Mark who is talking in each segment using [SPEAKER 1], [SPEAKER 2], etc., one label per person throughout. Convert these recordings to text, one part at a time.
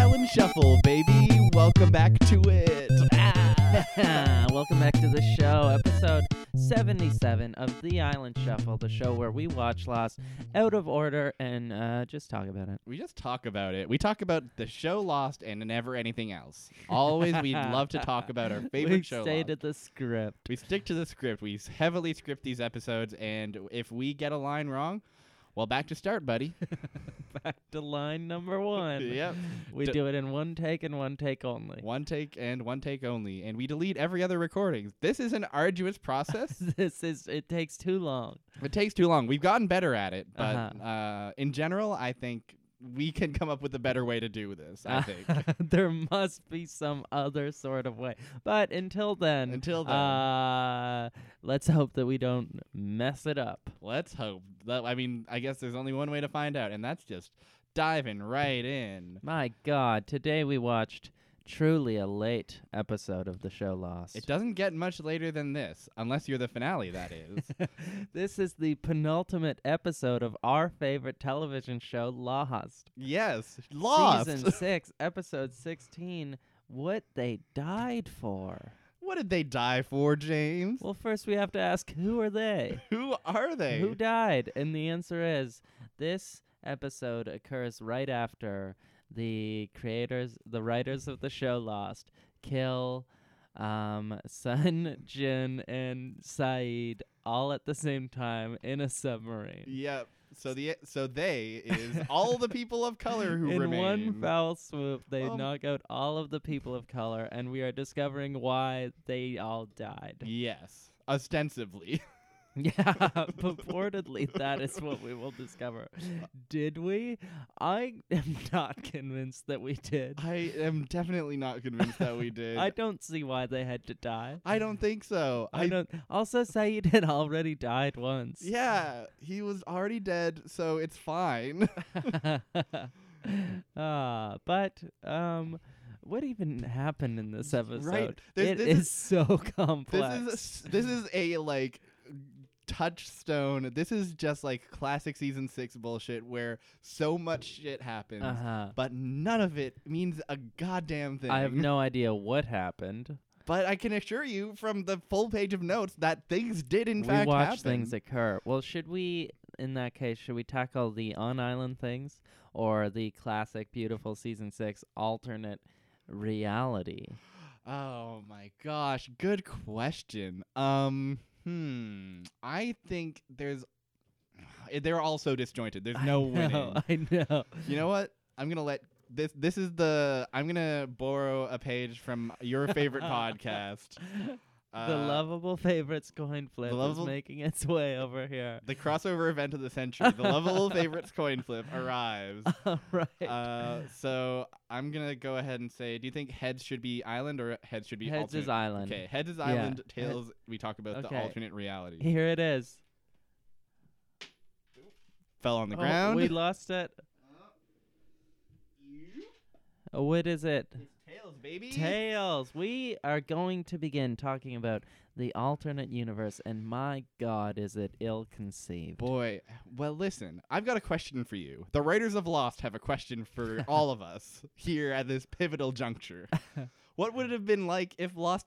[SPEAKER 1] Mouthful, baby. Welcome back to it.
[SPEAKER 2] Ah. Welcome back to the show, episode 77 of The Island Shuffle, the show where we watch Lost out of order and uh, just talk about it.
[SPEAKER 1] We just talk about it. We talk about the show Lost and never anything else. Always, we love to talk about our favorite
[SPEAKER 2] we
[SPEAKER 1] show.
[SPEAKER 2] stay
[SPEAKER 1] Lost.
[SPEAKER 2] to the script.
[SPEAKER 1] We stick to the script. We s- heavily script these episodes, and if we get a line wrong, well, back to start, buddy.
[SPEAKER 2] Back to line number one.
[SPEAKER 1] yep.
[SPEAKER 2] We
[SPEAKER 1] D-
[SPEAKER 2] do it in one take and one take only.
[SPEAKER 1] One take and one take only, and we delete every other recording. This is an arduous process.
[SPEAKER 2] this is, it takes too long.
[SPEAKER 1] It takes too long. We've gotten better at it, but uh
[SPEAKER 2] Uh-huh.
[SPEAKER 1] in general, I think we can come up with a better way to do this. I
[SPEAKER 2] Uh-huh.
[SPEAKER 1] think.
[SPEAKER 2] there must be some other sort of way. But until then,
[SPEAKER 1] Until then.
[SPEAKER 2] Uh, let's hope that we don't mess it up.
[SPEAKER 1] Let's hope. That, I mean, I guess there's only one way to find out, and that's just diving right in.
[SPEAKER 2] My God, today we watched truly a late episode of the show Lost.
[SPEAKER 1] It doesn't get much later than this, unless you're the finale. That is.
[SPEAKER 2] this is the penultimate episode of our favorite television show, Lost.
[SPEAKER 1] yes, lost.
[SPEAKER 2] Season 6, episode 16 What They Died For.
[SPEAKER 1] What did they die for, James?
[SPEAKER 2] Well, first we have to ask who are they?
[SPEAKER 1] Who are they?
[SPEAKER 2] Who died? And the answer is this episode occurs right after the creators, the writers of the show Lost, kill um, Sun, Jin, and Saeed all at the same time in a submarine.
[SPEAKER 1] yep. So the so they is all the people of color who
[SPEAKER 2] in
[SPEAKER 1] remain.
[SPEAKER 2] one foul swoop, they
[SPEAKER 1] Um,
[SPEAKER 2] knock out all of the people of color, and we are discovering why they all died.
[SPEAKER 1] yes, ostensibly.
[SPEAKER 2] Yeah, purportedly that is what we will discover. Did we? I am not convinced that we did.
[SPEAKER 1] I am definitely not convinced that we did.
[SPEAKER 2] I don't see why they had to die.
[SPEAKER 1] I don't think so.
[SPEAKER 2] I don't. Also, Saeed had already died once.
[SPEAKER 1] Yeah, he was already dead, so it's fine.
[SPEAKER 2] Ah, but um, what even happened in this episode?
[SPEAKER 1] There's-
[SPEAKER 2] It
[SPEAKER 1] this
[SPEAKER 2] is
[SPEAKER 1] is-
[SPEAKER 2] so complex.
[SPEAKER 1] This is a s- this is a like touchstone. This is just like classic season 6 bullshit where so much shit happens,
[SPEAKER 2] uh huh.
[SPEAKER 1] but none of it means a goddamn thing.
[SPEAKER 2] I have no idea what happened.
[SPEAKER 1] But I can assure you from the full page of notes that things did in fact
[SPEAKER 2] we watch
[SPEAKER 1] happen.
[SPEAKER 2] things occur. Well, should we, in that case, should we tackle the on-island things or the classic, beautiful season six alternate reality?
[SPEAKER 1] Oh my gosh, good question. Um, hmm. I think there's they're all so disjointed. There's no
[SPEAKER 2] I
[SPEAKER 1] winning.
[SPEAKER 2] know, I know.
[SPEAKER 1] You know what? I'm gonna let this. This is the. I'm gonna borrow a page from your favorite podcast, uh,
[SPEAKER 2] the lovable favorites coin flip
[SPEAKER 1] lovable-
[SPEAKER 2] is making its way over here.
[SPEAKER 1] the crossover event of the century, the lovable favorites coin flip arrives.
[SPEAKER 2] All right.
[SPEAKER 1] Uh, so I'm gonna go ahead and say, do you think heads should be island or heads should be
[SPEAKER 2] Heads is island.
[SPEAKER 1] Okay, heads is
[SPEAKER 2] Yeah.
[SPEAKER 1] island.
[SPEAKER 2] Head-
[SPEAKER 1] Tails, we talk about the
[SPEAKER 2] Okay.
[SPEAKER 1] alternate reality.
[SPEAKER 2] Here it is.
[SPEAKER 1] Fell on the
[SPEAKER 2] Oh,
[SPEAKER 1] ground.
[SPEAKER 2] we lost it. Oh, What is it?
[SPEAKER 1] It's tails, baby.
[SPEAKER 2] Tails, we are going to begin talking about the alternate universe, and my God, is it ill conceived.
[SPEAKER 1] Boy, well, listen, I've got a question for you. The writers of Lost have a question for all of us here at this pivotal juncture. what would it have been like if Lost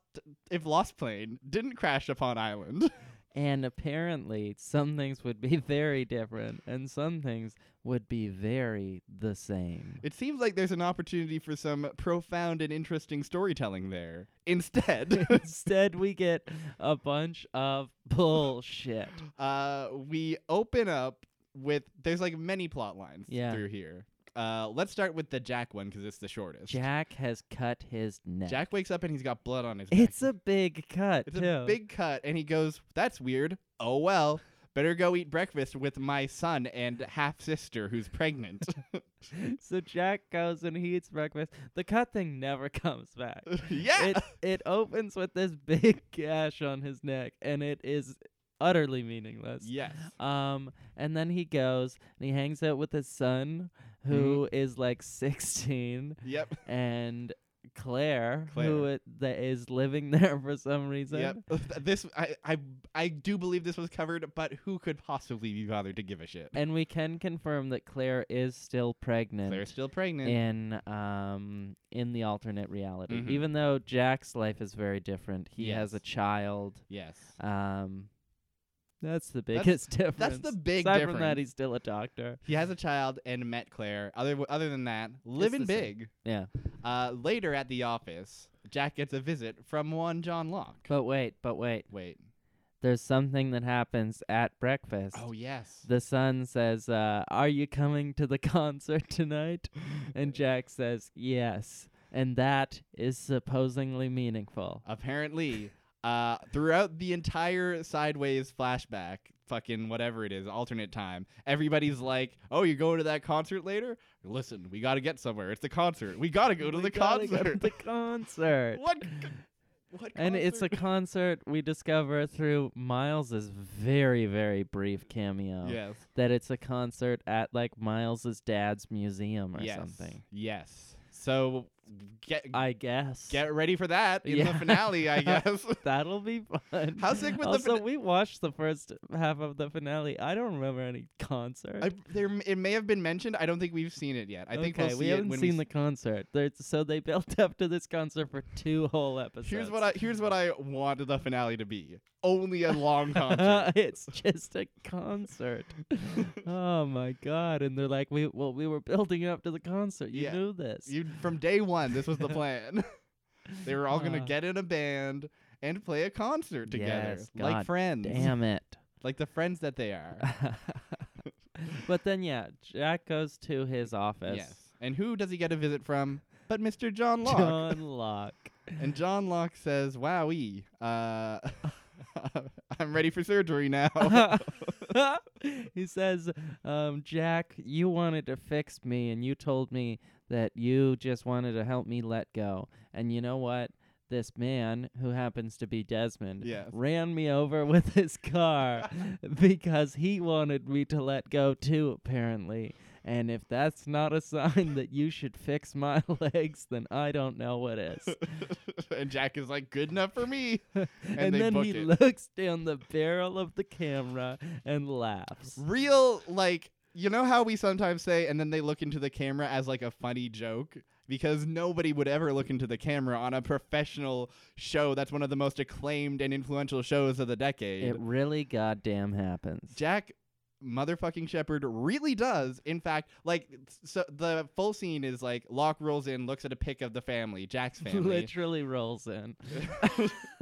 [SPEAKER 1] if Lost plane didn't crash upon island?
[SPEAKER 2] And apparently, some things would be very different, and some things would be very the same.
[SPEAKER 1] It seems like there's an opportunity for some profound and interesting storytelling there. Instead,
[SPEAKER 2] Instead, we get a bunch of bullshit.
[SPEAKER 1] uh, we open up with there's like many plot lines
[SPEAKER 2] Yeah.
[SPEAKER 1] through here. Uh, let's start with the Jack one because it's the shortest.
[SPEAKER 2] Jack has cut his neck.
[SPEAKER 1] Jack wakes up and he's got blood on his neck.
[SPEAKER 2] it's a big cut,
[SPEAKER 1] It's
[SPEAKER 2] too.
[SPEAKER 1] a big cut, and he goes, "That's weird. Oh well, better go eat breakfast with my son and half sister who's pregnant."
[SPEAKER 2] so Jack goes and he eats breakfast. The cut thing never comes back.
[SPEAKER 1] yeah,
[SPEAKER 2] it it opens with this big gash on his neck and it is utterly meaningless.
[SPEAKER 1] yes,
[SPEAKER 2] Um and then he goes and he hangs
[SPEAKER 1] Mm-hmm.
[SPEAKER 2] out with his son who is like 16
[SPEAKER 1] yep.
[SPEAKER 2] and Claire, who
[SPEAKER 1] Claire.
[SPEAKER 2] it, that is living there for some reason.
[SPEAKER 1] Yep. This I, I I do believe this was covered, but who could possibly be bothered to give a shit?
[SPEAKER 2] And we can confirm that Claire is still pregnant
[SPEAKER 1] Claire's still pregnant.
[SPEAKER 2] in um in the alternate reality.
[SPEAKER 1] Mhm.
[SPEAKER 2] Even though Jack's life is very different. He has a
[SPEAKER 1] Yes.
[SPEAKER 2] child.
[SPEAKER 1] yes.
[SPEAKER 2] Um that's the
[SPEAKER 1] That's-
[SPEAKER 2] biggest difference.
[SPEAKER 1] the big
[SPEAKER 2] Aside from that
[SPEAKER 1] difference.
[SPEAKER 2] he's still a doctor.
[SPEAKER 1] He has a child and met Claire. Other other than that, living
[SPEAKER 2] the same.
[SPEAKER 1] big.
[SPEAKER 2] Yeah.
[SPEAKER 1] Uh, later at the office, Jack gets a visit from one John Locke.
[SPEAKER 2] But wait, but wait.
[SPEAKER 1] Wait.
[SPEAKER 2] There's something that happens at breakfast.
[SPEAKER 1] Oh yes.
[SPEAKER 2] The son says, uh, Are you coming to the concert tonight? And Jack says, Yes. And that is supposedly meaningful.
[SPEAKER 1] Apparently, uh, throughout the entire sideways flashback, fucking whatever it is, alternate time, everybody's like, "Oh, you're going to that concert later? Listen, we got to get somewhere. It's the concert. We got to go to
[SPEAKER 2] We
[SPEAKER 1] the
[SPEAKER 2] gotta go to
[SPEAKER 1] concert.
[SPEAKER 2] the concert.
[SPEAKER 1] what? c- What?
[SPEAKER 2] And it's a
[SPEAKER 1] concert?
[SPEAKER 2] concert we discover through Miles's very, very brief cameo
[SPEAKER 1] yes,
[SPEAKER 2] that it's a concert at like Miles's dad's museum or
[SPEAKER 1] yes,
[SPEAKER 2] something.
[SPEAKER 1] yes. So get
[SPEAKER 2] I guess.
[SPEAKER 1] get ready for that in
[SPEAKER 2] Yeah.
[SPEAKER 1] the finale, I guess.
[SPEAKER 2] That'll be fun.
[SPEAKER 1] How sick would the
[SPEAKER 2] also,
[SPEAKER 1] fin-
[SPEAKER 2] we watched the first half of the finale. I don't remember any concert.
[SPEAKER 1] I, there, m- it may have been mentioned. I don't think we've seen it yet. I think we'll
[SPEAKER 2] Okay,
[SPEAKER 1] see
[SPEAKER 2] we
[SPEAKER 1] it
[SPEAKER 2] haven't
[SPEAKER 1] when
[SPEAKER 2] seen
[SPEAKER 1] we
[SPEAKER 2] the concert. There's, so they built up to this concert for two whole episodes.
[SPEAKER 1] Here's what I here's what I want the finale to be. Only a long concert.
[SPEAKER 2] it's just a concert. oh my god! And they're like, we well, we were building up to the concert. You
[SPEAKER 1] Yeah.
[SPEAKER 2] knew this.
[SPEAKER 1] you from day one, this was the plan. they were all gonna
[SPEAKER 2] Ah.
[SPEAKER 1] get in a band and play a concert together,
[SPEAKER 2] Yes,
[SPEAKER 1] like
[SPEAKER 2] God
[SPEAKER 1] friends,
[SPEAKER 2] Damn it!
[SPEAKER 1] like the friends that they are.
[SPEAKER 2] but then yeah, Jack goes to his office.
[SPEAKER 1] yes. And who does he get a visit from? But Mr. John Locke.
[SPEAKER 2] John Locke.
[SPEAKER 1] And John Locke says, "Wowee, uh, I'm ready for surgery now."
[SPEAKER 2] he says, um, Jack, you wanted to fix me, and you told me that you just wanted to help me let go. And you know what? This man, who happens to be Desmond,
[SPEAKER 1] Yes.
[SPEAKER 2] ran me over with his car because he wanted me to let go too, apparently. And if that's not a sign that you should fix my legs, then I don't know what is.
[SPEAKER 1] and Jack is like, "Good enough for me."
[SPEAKER 2] and
[SPEAKER 1] they
[SPEAKER 2] then
[SPEAKER 1] booked
[SPEAKER 2] he
[SPEAKER 1] it.
[SPEAKER 2] looks down the barrel of the camera and laughs.
[SPEAKER 1] real like you know how we sometimes say and then they look into the camera as like a funny joke because nobody would ever look into the camera on a professional show that's one of the most acclaimed and influential shows of the decade
[SPEAKER 2] It really goddamn happens.
[SPEAKER 1] jack motherfucking shepherd really does in fact like so the full scene is like locke rolls in looks at a pic of the family jack's family
[SPEAKER 2] Literally rolls in.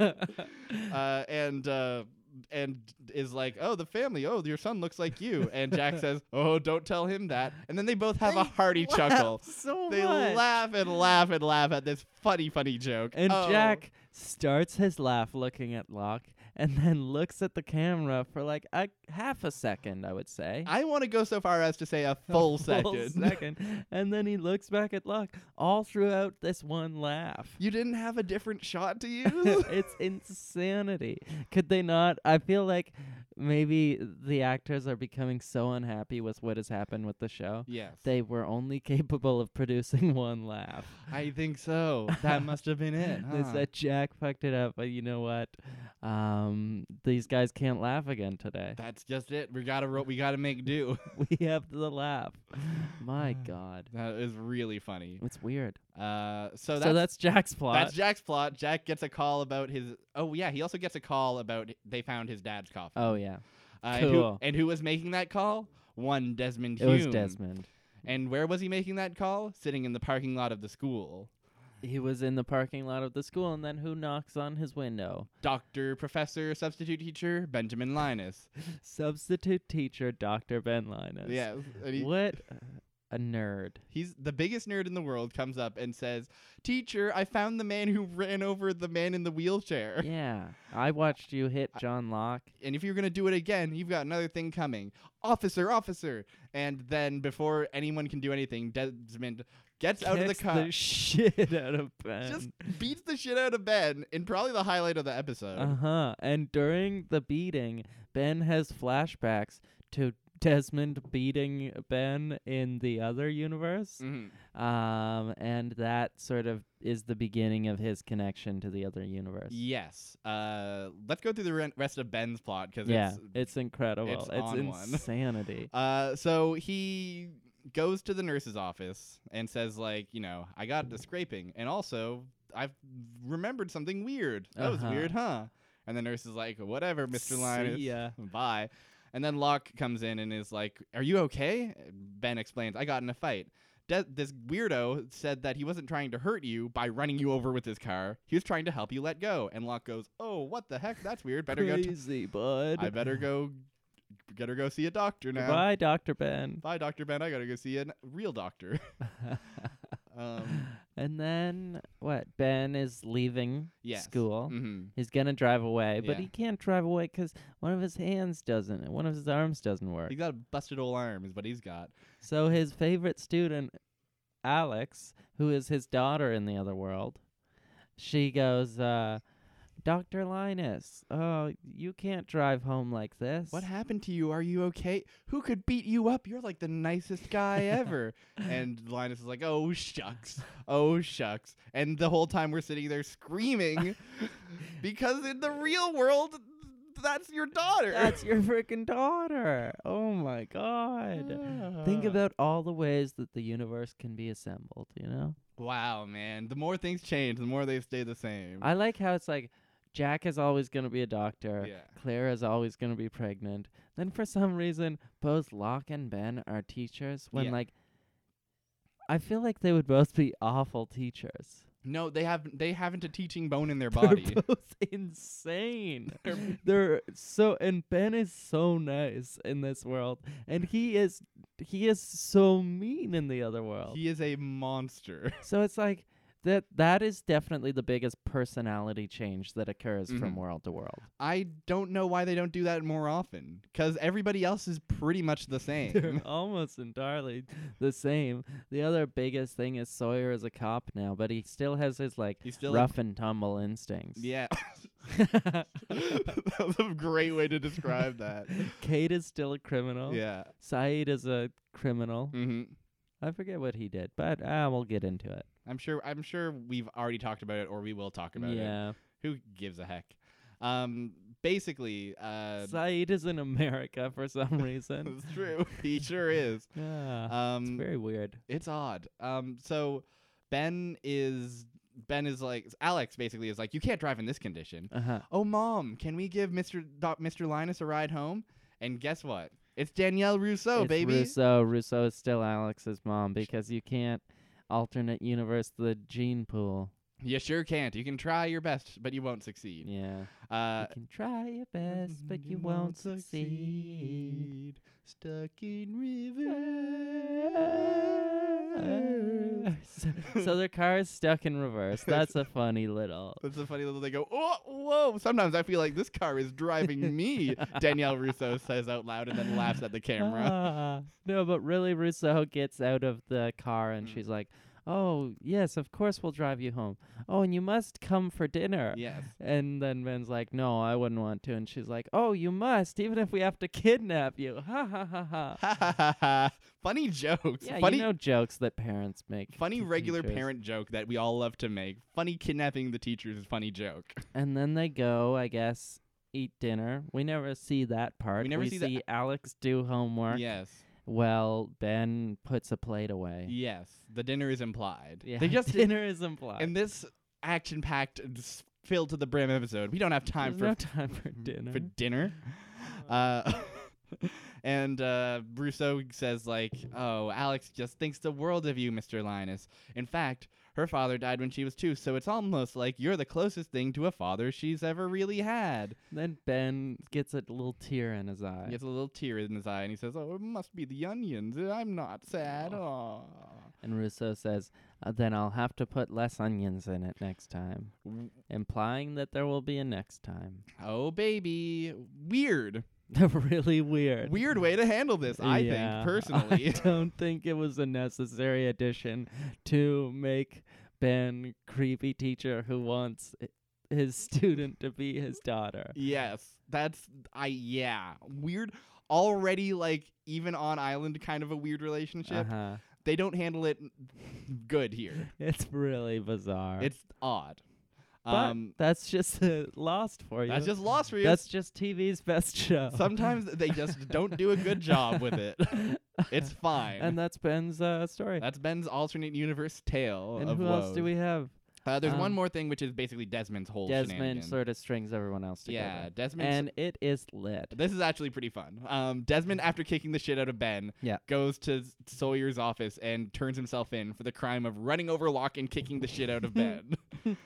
[SPEAKER 1] uh, and uh, and is like, "Oh, the family. Oh, your son looks like you." And Jack says, "Oh, don't tell him that." And then they both have a
[SPEAKER 2] They
[SPEAKER 1] hearty
[SPEAKER 2] laugh
[SPEAKER 1] chuckle.
[SPEAKER 2] So
[SPEAKER 1] They
[SPEAKER 2] much.
[SPEAKER 1] laugh and laugh and laugh at this funny, funny joke.
[SPEAKER 2] And
[SPEAKER 1] Oh.
[SPEAKER 2] Jack starts his laugh looking at Locke and then looks at the camera for like a half a second, I would say.
[SPEAKER 1] I want to go so far as to say a full second.
[SPEAKER 2] second. And then he looks back at Locke all throughout this one laugh.
[SPEAKER 1] you didn't have a different shot to use.
[SPEAKER 2] it's insanity. Could they not? I feel like maybe the actors are becoming so unhappy with what has happened with the show.
[SPEAKER 1] yes,
[SPEAKER 2] They were only capable of producing one laugh.
[SPEAKER 1] I think so. That must have been it.
[SPEAKER 2] They
[SPEAKER 1] huh?
[SPEAKER 2] said Jack fucked it up, but you know what? Um, these guys can't laugh again today.
[SPEAKER 1] That's just it. We gotta ro- we gotta make do.
[SPEAKER 2] we have the laugh. My
[SPEAKER 1] Ah.
[SPEAKER 2] God,
[SPEAKER 1] That is really funny.
[SPEAKER 2] it's weird.
[SPEAKER 1] Uh, so
[SPEAKER 2] So
[SPEAKER 1] that's
[SPEAKER 2] that's, Jack's plot.
[SPEAKER 1] That's Jack's plot. Jack gets a call about his. Oh yeah, he also gets a call about they found his dad's coffin.
[SPEAKER 2] oh yeah,
[SPEAKER 1] Uh, and, who,
[SPEAKER 2] cool.
[SPEAKER 1] and who was making that call? One Desmond
[SPEAKER 2] it
[SPEAKER 1] Hume.
[SPEAKER 2] was Desmond.
[SPEAKER 1] And where was he making that call? Sitting in the parking lot of the school.
[SPEAKER 2] He was in the parking lot of the school, and then who knocks on his window?
[SPEAKER 1] Doctor, professor, substitute teacher Benjamin Linus.
[SPEAKER 2] Substitute teacher Dr. Ben Linus.
[SPEAKER 1] Yeah, and he,
[SPEAKER 2] What a nerd.
[SPEAKER 1] he's the biggest nerd in the world. Comes up and says, "Teacher, I found the man who ran over the man in the wheelchair."
[SPEAKER 2] Yeah. I watched you hit John Locke.
[SPEAKER 1] and if you're gonna do it again, you've got another thing coming, officer, officer. And then before anyone can do anything, Desmond gets out of the
[SPEAKER 2] Kicks
[SPEAKER 1] car,
[SPEAKER 2] shit out of Ben.
[SPEAKER 1] just beats the shit out of Ben in probably the highlight of the
[SPEAKER 2] Uh-huh.
[SPEAKER 1] episode.
[SPEAKER 2] uh huh. And during the beating, Ben has flashbacks to Desmond beating Ben in the other universe.
[SPEAKER 1] Mhm.
[SPEAKER 2] Um, and that sort of is the beginning of his connection to the other universe.
[SPEAKER 1] Yes. Uh, let's go through the ren- rest of Ben's plot because
[SPEAKER 2] yeah,
[SPEAKER 1] it's
[SPEAKER 2] it's incredible.
[SPEAKER 1] it's
[SPEAKER 2] It's,
[SPEAKER 1] on one.
[SPEAKER 2] insanity.
[SPEAKER 1] Uh, so he goes to the nurse's office and says, like, you know, I got the scraping, and also I've remembered something weird. That
[SPEAKER 2] Uh-huh.
[SPEAKER 1] was weird, huh? And the nurse is like, whatever, Mister
[SPEAKER 2] See
[SPEAKER 1] Linus,
[SPEAKER 2] ya.
[SPEAKER 1] bye. And then Locke comes in and is like, "Are you okay?" Ben explains, "I got in a fight." De- this weirdo said that he wasn't trying to hurt you by running you over with his car. He was trying to help you let go. And Locke goes, "Oh, what the heck? That's weird. Better go. T-
[SPEAKER 2] Crazy, bud.
[SPEAKER 1] I better go. Better go see a doctor now."
[SPEAKER 2] Goodbye, Doctor Ben.
[SPEAKER 1] Bye, Dr. Ben. I gotta go see a n- real doctor. um,
[SPEAKER 2] and then what? Ben is leaving
[SPEAKER 1] yes.
[SPEAKER 2] school.
[SPEAKER 1] hmm
[SPEAKER 2] He's gonna drive away, but
[SPEAKER 1] Yeah.
[SPEAKER 2] he can't drive away 'cause one of his hands doesn't, one of his arms doesn't work.
[SPEAKER 1] He's got a busted old arm, is what he's got.
[SPEAKER 2] So his favorite student, Alex, who is his daughter in the other world, she goes, uh, "Doctor Linus, oh, you can't drive home like this.
[SPEAKER 1] What happened to you? Are you okay? Who could beat you up? You're like the nicest guy ever. and Linus is like, oh, shucks. Oh, shucks. And the whole time we're sitting there screaming because in the real world, that's your daughter.
[SPEAKER 2] That's your freaking daughter. Oh my god." Think
[SPEAKER 1] Ah.
[SPEAKER 2] about all the ways that the universe can be assembled, you know?
[SPEAKER 1] Wow, man. The more things change, the more they stay the same.
[SPEAKER 2] I like how it's like Jack is always going to be a doctor.
[SPEAKER 1] Yeah.
[SPEAKER 2] Claire is always going to be pregnant. Then for some reason, both Locke and Ben are teachers when
[SPEAKER 1] Yeah.
[SPEAKER 2] like I feel like they would both be awful teachers.
[SPEAKER 1] No, they have they haven't a teaching bone in their body.
[SPEAKER 2] They're both insane.
[SPEAKER 1] They're-
[SPEAKER 2] They're so and Ben is so nice in this world and he is he is so mean in the other world.
[SPEAKER 1] He is a monster.
[SPEAKER 2] So it's like that that is definitely the biggest personality change that occurs
[SPEAKER 1] Mhm.
[SPEAKER 2] from world to world.
[SPEAKER 1] I don't know why they don't do that more often because everybody else is pretty much the
[SPEAKER 2] They're
[SPEAKER 1] same.
[SPEAKER 2] almost entirely the same. The other biggest thing is Sawyer is a cop now, but he still has his like
[SPEAKER 1] He's still a-
[SPEAKER 2] rough and tumble instincts.
[SPEAKER 1] yeah, that was a great way to describe that.
[SPEAKER 2] Kate is still a criminal.
[SPEAKER 1] Yeah.
[SPEAKER 2] Saeed is a criminal.
[SPEAKER 1] hmm
[SPEAKER 2] I forget what he did, but uh, we'll get into it.
[SPEAKER 1] I'm sure. I'm sure we've already talked about it, or we will talk about it.
[SPEAKER 2] yeah.
[SPEAKER 1] Who gives a heck? Um, basically, uh,
[SPEAKER 2] Saeed is in America for some reason.
[SPEAKER 1] it's true. He sure is.
[SPEAKER 2] yeah. it's
[SPEAKER 1] Um,
[SPEAKER 2] very weird.
[SPEAKER 1] It's odd. Um, so Ben is Ben is like Alex basically is like you can't drive in this condition.
[SPEAKER 2] Uh huh.
[SPEAKER 1] Oh mom, can we give Mister Doc, Mister Linus a ride home? And guess what? It's Danielle Rousseau, Oh,
[SPEAKER 2] it's
[SPEAKER 1] baby.
[SPEAKER 2] Rousseau. Rousseau is still Alex's mom because you can't alternate universe the gene pool.
[SPEAKER 1] You sure can't. You can try your best, but you won't succeed.
[SPEAKER 2] Yeah.
[SPEAKER 1] Uh, Mm-hmm.
[SPEAKER 2] you can try your best, but you won't succeed.
[SPEAKER 1] Stuck in reverse.
[SPEAKER 2] so their car is stuck in reverse. That's a funny little.
[SPEAKER 1] That's a funny little. They go, oh, whoa. Sometimes I feel like this car is driving me. Danielle Russo says out loud and then laughs at the camera.
[SPEAKER 2] Ah. no, but really, Rousseau gets out of the car and
[SPEAKER 1] Mm.
[SPEAKER 2] she's like, "Oh yes, of course we'll drive you home. Oh, and you must come for dinner."
[SPEAKER 1] yes.
[SPEAKER 2] And then Ben's like, "No, I wouldn't want to." And she's like, "Oh, you must, even if we have to kidnap you." Ha ha ha ha.
[SPEAKER 1] Ha ha ha ha. Funny jokes.
[SPEAKER 2] Uh, Yeah,
[SPEAKER 1] funny,
[SPEAKER 2] you know jokes that parents make.
[SPEAKER 1] funny
[SPEAKER 2] to
[SPEAKER 1] regular
[SPEAKER 2] teachers.
[SPEAKER 1] parent joke that we all love to make. Funny kidnapping the teachers is funny joke.
[SPEAKER 2] And then they go, I guess, eat dinner. We never see that part.
[SPEAKER 1] never see the-
[SPEAKER 2] Alex do homework.
[SPEAKER 1] Yes.
[SPEAKER 2] Well, Ben puts a plate away.
[SPEAKER 1] Yes. The dinner is implied.
[SPEAKER 2] Yeah,
[SPEAKER 1] They just
[SPEAKER 2] dinner is implied.
[SPEAKER 1] in this action-packed, s- filled to the brim episode. We don't have time
[SPEAKER 2] There's
[SPEAKER 1] for
[SPEAKER 2] no time for dinner.
[SPEAKER 1] for dinner. Uh, and uh, Rousseau says, like, oh, Alex just thinks the world of you, Mr. Linus. In fact, her father died when she was two, so it's almost like you're the closest thing to a father she's ever really had.
[SPEAKER 2] then Ben gets a little tear in his eye.
[SPEAKER 1] He gets a little tear in his eye and he says, oh, it must be the onions. I'm not sad. Aw.
[SPEAKER 2] And Rousseau says, uh, "Then I'll have to put less onions in it next time," implying that there will be a next time.
[SPEAKER 1] Oh, baby. Weird.
[SPEAKER 2] really weird.
[SPEAKER 1] Weird way to handle this, I
[SPEAKER 2] Yeah,
[SPEAKER 1] think, personally.
[SPEAKER 2] I don't think it was a necessary addition to make Ben creepy teacher who wants i- his student to be his daughter.
[SPEAKER 1] Yes, that's I yeah weird. already like even on island kind of a weird relationship.
[SPEAKER 2] Uh-huh.
[SPEAKER 1] They don't handle it good here.
[SPEAKER 2] It's really bizarre.
[SPEAKER 1] It's odd.
[SPEAKER 2] Uh-huh. But
[SPEAKER 1] um,
[SPEAKER 2] that's just uh, lost for you.
[SPEAKER 1] that's just lost for you.
[SPEAKER 2] That's just TV's best show.
[SPEAKER 1] Sometimes they just don't do a good job with it. It's fine.
[SPEAKER 2] and that's Ben's uh, story.
[SPEAKER 1] That's Ben's alternate universe tale
[SPEAKER 2] and
[SPEAKER 1] of
[SPEAKER 2] who else
[SPEAKER 1] woes.
[SPEAKER 2] do we have?
[SPEAKER 1] Uh, there's one
[SPEAKER 2] Um,
[SPEAKER 1] more thing, which is basically Desmond's whole
[SPEAKER 2] Desmond
[SPEAKER 1] shenanigan.
[SPEAKER 2] sort of strings everyone else together.
[SPEAKER 1] yeah, Desmond.
[SPEAKER 2] and it is lit.
[SPEAKER 1] this is actually pretty fun. Um, Desmond, after kicking the shit out of Ben,
[SPEAKER 2] Yeah.
[SPEAKER 1] goes to S- Sawyer's office and turns himself in for the crime of running over Locke and kicking the shit out of Ben.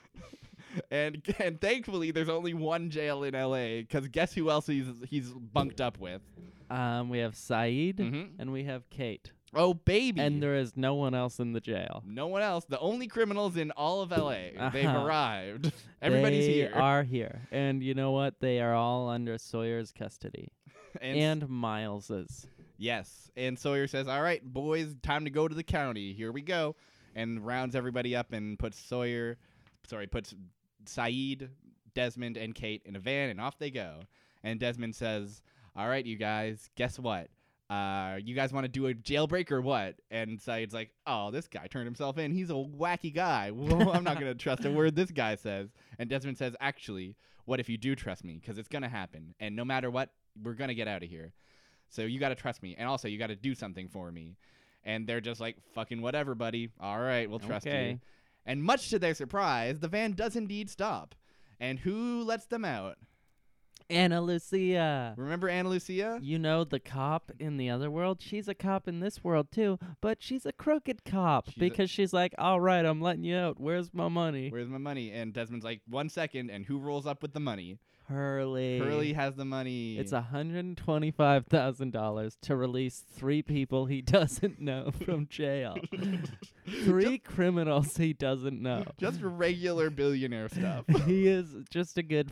[SPEAKER 1] and and thankfully, there's only one jail in L.A. Because guess who else he's he's bunked up with?
[SPEAKER 2] Um, we have Saeed
[SPEAKER 1] Mhm.
[SPEAKER 2] and we have Kate,
[SPEAKER 1] Oh baby!
[SPEAKER 2] and there is no one else in the jail.
[SPEAKER 1] no one else. The only criminals in all of L.A. They've
[SPEAKER 2] Uh-huh.
[SPEAKER 1] arrived. Everybody's
[SPEAKER 2] They
[SPEAKER 1] here.
[SPEAKER 2] Are here, and you know what? They are all under Sawyer's custody
[SPEAKER 1] and s-
[SPEAKER 2] and, Miles's.
[SPEAKER 1] Yes. And Sawyer says, All right, boys, time to go to the county. Here we go. And rounds everybody up and puts Sawyer, sorry, puts Saeed, Desmond, and Kate in a van, and off they go. And Desmond says, All right, you guys, guess what? Uh, you guys want to do a jailbreak or what? And Saeed's like, Oh, this guy turned himself in. He's a wacky guy. Well, I'm not going to trust a word this guy says. And Desmond says, Actually, what if you do trust me? Because it's going to happen. And no matter what, we're going to get out of here. So you got to trust me. And also, you got to do something for me. And they're just like, fucking whatever, buddy. All right, we'll trust you.
[SPEAKER 2] Okay.
[SPEAKER 1] And much to their surprise, the van does indeed stop. And who lets them out?
[SPEAKER 2] Anna Lucia.
[SPEAKER 1] Remember Anna Lucia?
[SPEAKER 2] You know the cop in the other world? She's a cop in this world too, but she's a crooked cop
[SPEAKER 1] She's a-
[SPEAKER 2] because she's like, "All right, I'm letting you out. Where's my money?"
[SPEAKER 1] Where's my money? And Desmond's like, one second. And who rolls up with the money?
[SPEAKER 2] Hurley.
[SPEAKER 1] Hurley has the money.
[SPEAKER 2] It's $125,000 to release three people he doesn't know from jail. three criminals he doesn't know.
[SPEAKER 1] just regular billionaire stuff.
[SPEAKER 2] he is just a good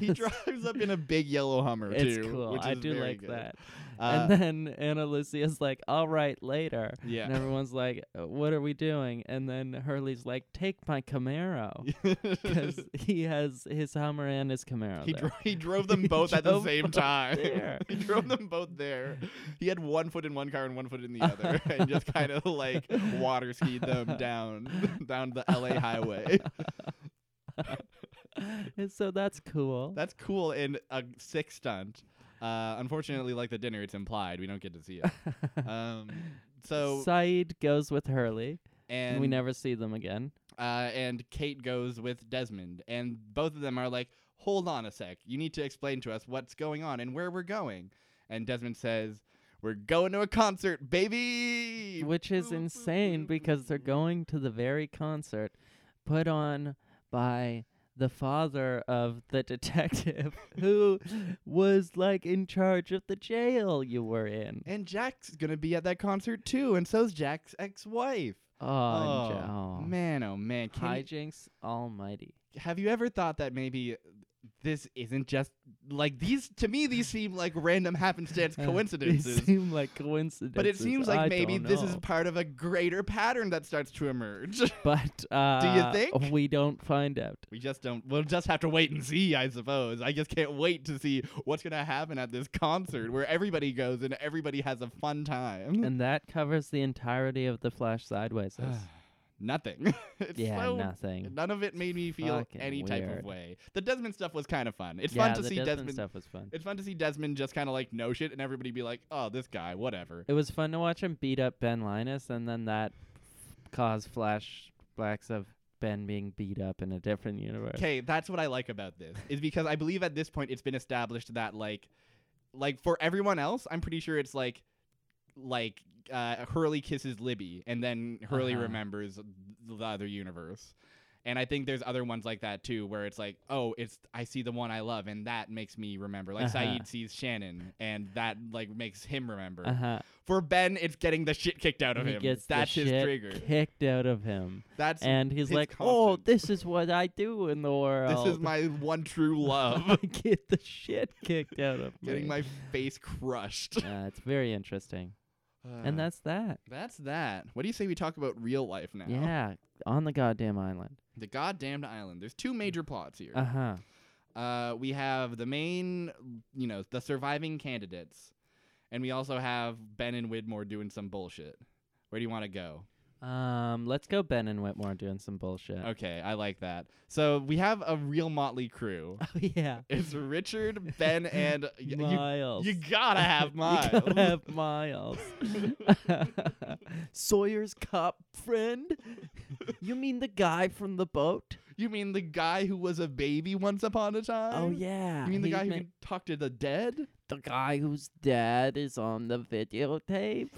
[SPEAKER 1] he drives up in a big yellow Hummer
[SPEAKER 2] it's
[SPEAKER 1] too.
[SPEAKER 2] cool.
[SPEAKER 1] Which
[SPEAKER 2] I
[SPEAKER 1] is
[SPEAKER 2] do
[SPEAKER 1] very
[SPEAKER 2] like
[SPEAKER 1] good.
[SPEAKER 2] that.
[SPEAKER 1] Uh,
[SPEAKER 2] and then Anna Lucia's like, "All right, later."
[SPEAKER 1] yeah.
[SPEAKER 2] And everyone's like, "Uh, "What are we doing?" And then Hurley's like, "Take my Camaro." Because he has his Hummer and his Camaro.
[SPEAKER 1] He,
[SPEAKER 2] there.
[SPEAKER 1] dro- he drove them
[SPEAKER 2] He
[SPEAKER 1] both at the
[SPEAKER 2] drove
[SPEAKER 1] same
[SPEAKER 2] both
[SPEAKER 1] time.
[SPEAKER 2] there.
[SPEAKER 1] he drove them both there. He had one foot in one car and one foot in the other, and just kind of like water skied them down down the LA highway.
[SPEAKER 2] and so that's cool.
[SPEAKER 1] That's cool and a sick stunt. Uh, unfortunately, like the dinner, it's implied we don't get to see it. Um, so
[SPEAKER 2] Saeed goes with Hurley, and
[SPEAKER 1] and
[SPEAKER 2] we never see them again.
[SPEAKER 1] uh, and Kate goes with Desmond, and both of them are like, "Hold on a sec, you need to explain to us what's going on and where we're going." And Desmond says, "We're going to a concert, baby,"
[SPEAKER 2] which is
[SPEAKER 1] Boo, boo,
[SPEAKER 2] insane
[SPEAKER 1] boo, boo,
[SPEAKER 2] because they're
[SPEAKER 1] boo.
[SPEAKER 2] going to the very concert put on by the father of the detective who was like in charge of the jail you were in.
[SPEAKER 1] And Jack's gonna be at that concert too, and so's Jack's ex-wife.
[SPEAKER 2] Oh, and ja- oh.
[SPEAKER 1] man, oh man! Can you-
[SPEAKER 2] hijinks almighty.
[SPEAKER 1] have you ever thought that maybe this isn't just like these? To me, these seem like random happenstance
[SPEAKER 2] Uh,
[SPEAKER 1] coincidences.
[SPEAKER 2] They seem like coincidences.
[SPEAKER 1] But it seems like
[SPEAKER 2] I
[SPEAKER 1] maybe
[SPEAKER 2] don't
[SPEAKER 1] this is
[SPEAKER 2] know.
[SPEAKER 1] part of a greater pattern that starts to emerge.
[SPEAKER 2] But uh,
[SPEAKER 1] think?
[SPEAKER 2] we don't find out?
[SPEAKER 1] We just don't. We'll just have to wait and see, I suppose. I just can't wait to see what's gonna happen at this concert where everybody goes and everybody has a fun time.
[SPEAKER 2] And that covers the entirety of the Flash Sideways.
[SPEAKER 1] nothing. it's
[SPEAKER 2] yeah,
[SPEAKER 1] so,
[SPEAKER 2] nothing.
[SPEAKER 1] None of it made me feel
[SPEAKER 2] Fucking
[SPEAKER 1] any type of
[SPEAKER 2] weird.
[SPEAKER 1] way. The Desmond stuff was kind of fun. It's
[SPEAKER 2] yeah,
[SPEAKER 1] fun to
[SPEAKER 2] the
[SPEAKER 1] see
[SPEAKER 2] Desmond,
[SPEAKER 1] Desmond.
[SPEAKER 2] stuff was fun.
[SPEAKER 1] It's fun to see Desmond just kind of like no shit, and everybody be like, "Oh, this guy, whatever."
[SPEAKER 2] It was fun to watch him beat up Ben Linus, and then that caused flashbacks of Ben being beat up in a different universe.
[SPEAKER 1] Okay, that's what I like about this is because I believe at this point it's been established that like, like for everyone else, I'm pretty sure it's like, like uh, Hurley kisses Libby, and then Hurley
[SPEAKER 2] Uh-huh.
[SPEAKER 1] remembers the other universe. And I think there's other ones like that too, where it's like, oh, it's I see the one I love, and that makes me remember. Like
[SPEAKER 2] Uh-huh.
[SPEAKER 1] Saeed sees Shannon, and that like makes him remember.
[SPEAKER 2] Uh huh.
[SPEAKER 1] For Ben, it's getting the shit kicked out of
[SPEAKER 2] He
[SPEAKER 1] him.
[SPEAKER 2] gets the
[SPEAKER 1] That's his
[SPEAKER 2] shit
[SPEAKER 1] trigger.
[SPEAKER 2] kicked out of him,
[SPEAKER 1] That's
[SPEAKER 2] and he's
[SPEAKER 1] his
[SPEAKER 2] like, "Oh,
[SPEAKER 1] constant.
[SPEAKER 2] this is what I do in the world.
[SPEAKER 1] this is my one true love.
[SPEAKER 2] I get the shit kicked out of me."
[SPEAKER 1] getting my face crushed.
[SPEAKER 2] Uh, it's very interesting, and
[SPEAKER 1] Uh,
[SPEAKER 2] that's that.
[SPEAKER 1] that's that. What do you say we talk about real life now?
[SPEAKER 2] Yeah, on the goddamn island.
[SPEAKER 1] The goddamn island. There's two major plots here.
[SPEAKER 2] Uh huh.
[SPEAKER 1] Uh, we have the main, you know, the surviving candidates and we also have Ben and Widmore doing some bullshit. Where do you want to go?
[SPEAKER 2] Um, let's go Ben and Whitmore doing some bullshit.
[SPEAKER 1] Okay, I like that. So we have a real motley crew.
[SPEAKER 2] Oh yeah.
[SPEAKER 1] It's Richard, Ben, and y- you.
[SPEAKER 2] Miles.
[SPEAKER 1] You gotta have Miles.
[SPEAKER 2] You gotta have Miles. Sawyer's cop friend? You mean the guy from the boat?
[SPEAKER 1] You mean the guy who was a baby once upon a time?
[SPEAKER 2] Oh yeah.
[SPEAKER 1] You mean the
[SPEAKER 2] he
[SPEAKER 1] guy who
[SPEAKER 2] ma-
[SPEAKER 1] can talk to the dead?
[SPEAKER 2] the guy whose dad is on the videotape?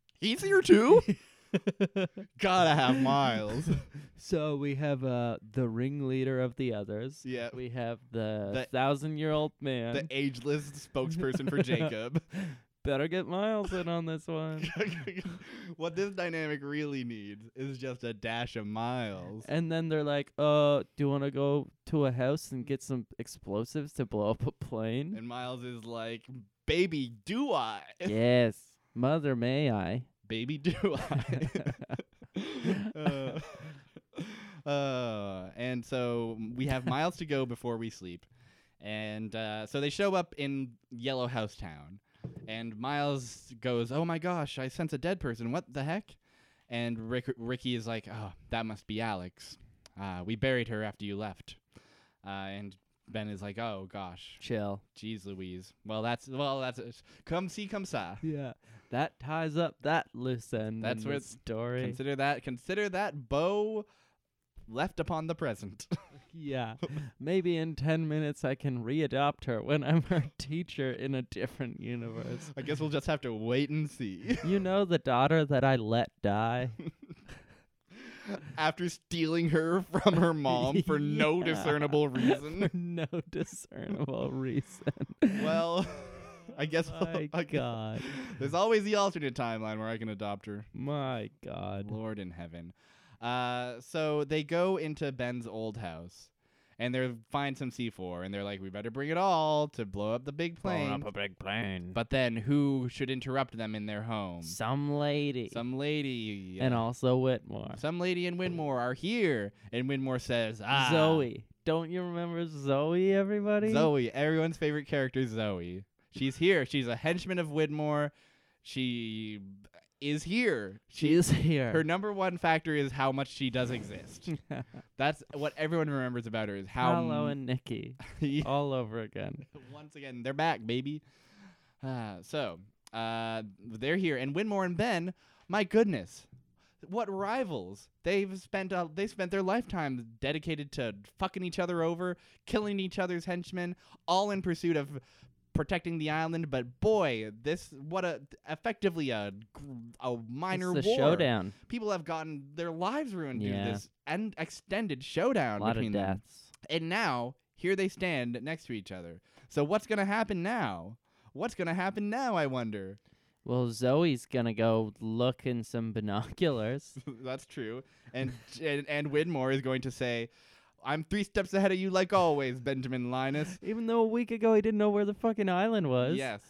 [SPEAKER 1] He's here too. Gotta have Miles.
[SPEAKER 2] so we have uh the ringleader of the others.
[SPEAKER 1] Yeah.
[SPEAKER 2] We have the,
[SPEAKER 1] The-
[SPEAKER 2] thousand year old man.
[SPEAKER 1] The ageless spokesperson for Jacob.
[SPEAKER 2] Better get Miles in on this one.
[SPEAKER 1] what this dynamic really needs is just a dash of Miles.
[SPEAKER 2] And then they're like, uh, do you want to go to a house and get some explosives to blow up a plane?
[SPEAKER 1] And Miles is like, baby, do I?
[SPEAKER 2] yes. Mother, may I?
[SPEAKER 1] Baby, do I? uh, uh, and so we have Miles to go before we sleep. And uh, so they show up in Yellow House Town. And Miles goes, Oh my gosh, I sense a dead person. What the heck? And Rick- Ricky is like, Oh, that must be Alex. Uh, we buried her after you left. Uh, and Ben is like, Oh gosh,
[SPEAKER 2] Chill.
[SPEAKER 1] geez Louise. Well, that's, well, that's, come see, come sa.
[SPEAKER 2] Yeah. That ties up that loose end.
[SPEAKER 1] That's
[SPEAKER 2] in
[SPEAKER 1] where
[SPEAKER 2] the story.
[SPEAKER 1] Consider that. Consider that bow left upon the present.
[SPEAKER 2] yeah. Maybe in 10 minutes I can readopt her when I'm her teacher in a different universe.
[SPEAKER 1] I guess we'll just have to wait and see.
[SPEAKER 2] You know the daughter that I let die?
[SPEAKER 1] After stealing her from her mom for no
[SPEAKER 2] Yeah.
[SPEAKER 1] discernible reason.
[SPEAKER 2] For no discernible reason.
[SPEAKER 1] Well, I guess.
[SPEAKER 2] My
[SPEAKER 1] I guess-
[SPEAKER 2] God.
[SPEAKER 1] There's always the alternate timeline where I can adopt her.
[SPEAKER 2] My God.
[SPEAKER 1] Lord in heaven. Uh, so they go into Ben's old house. And they find some C4, and they're like, "We better bring it all to blow up the big plane."
[SPEAKER 2] a big plane.
[SPEAKER 1] But then, who should interrupt them in their home?
[SPEAKER 2] some lady.
[SPEAKER 1] Some lady
[SPEAKER 2] And
[SPEAKER 1] uh,
[SPEAKER 2] also Whitmore.
[SPEAKER 1] Some lady and Winmore are here, and Winmore says, "Ah,
[SPEAKER 2] Zoe. Don't you remember Zoe, everybody?
[SPEAKER 1] Zoe, everyone's favorite character, Zoe. She's here. She's a henchman of Widmore. She is here.
[SPEAKER 2] She is here.
[SPEAKER 1] Her number one factor is how much she does exist. That's what everyone remembers about her is how.
[SPEAKER 2] Hello and Nikki. All over again.
[SPEAKER 1] Once again, they're back, baby. Uh, so uh, they're here, and Winmore and Ben. My goodness, what rivals! They've spent uh, they spent their lifetime dedicated to fucking each other over, killing each other's henchmen, all in pursuit of protecting the island. But boy, this what a effectively a gr- a minor
[SPEAKER 2] it's the
[SPEAKER 1] war.
[SPEAKER 2] showdown.
[SPEAKER 1] People have gotten their lives ruined
[SPEAKER 2] Yeah.
[SPEAKER 1] through this and extended showdown
[SPEAKER 2] A lot
[SPEAKER 1] between
[SPEAKER 2] of
[SPEAKER 1] them.
[SPEAKER 2] deaths.
[SPEAKER 1] And now, here they stand next to each other. So what's going to happen now? What's going to happen now, I wonder?
[SPEAKER 2] Well, Zoe's gonna go look in some binoculars.
[SPEAKER 1] That's true. And, and and Widmore is going to say, "I'm 3 steps ahead of you like always, Benjamin Linus."
[SPEAKER 2] Even though a week ago he didn't know where the fucking island was.
[SPEAKER 1] Yes.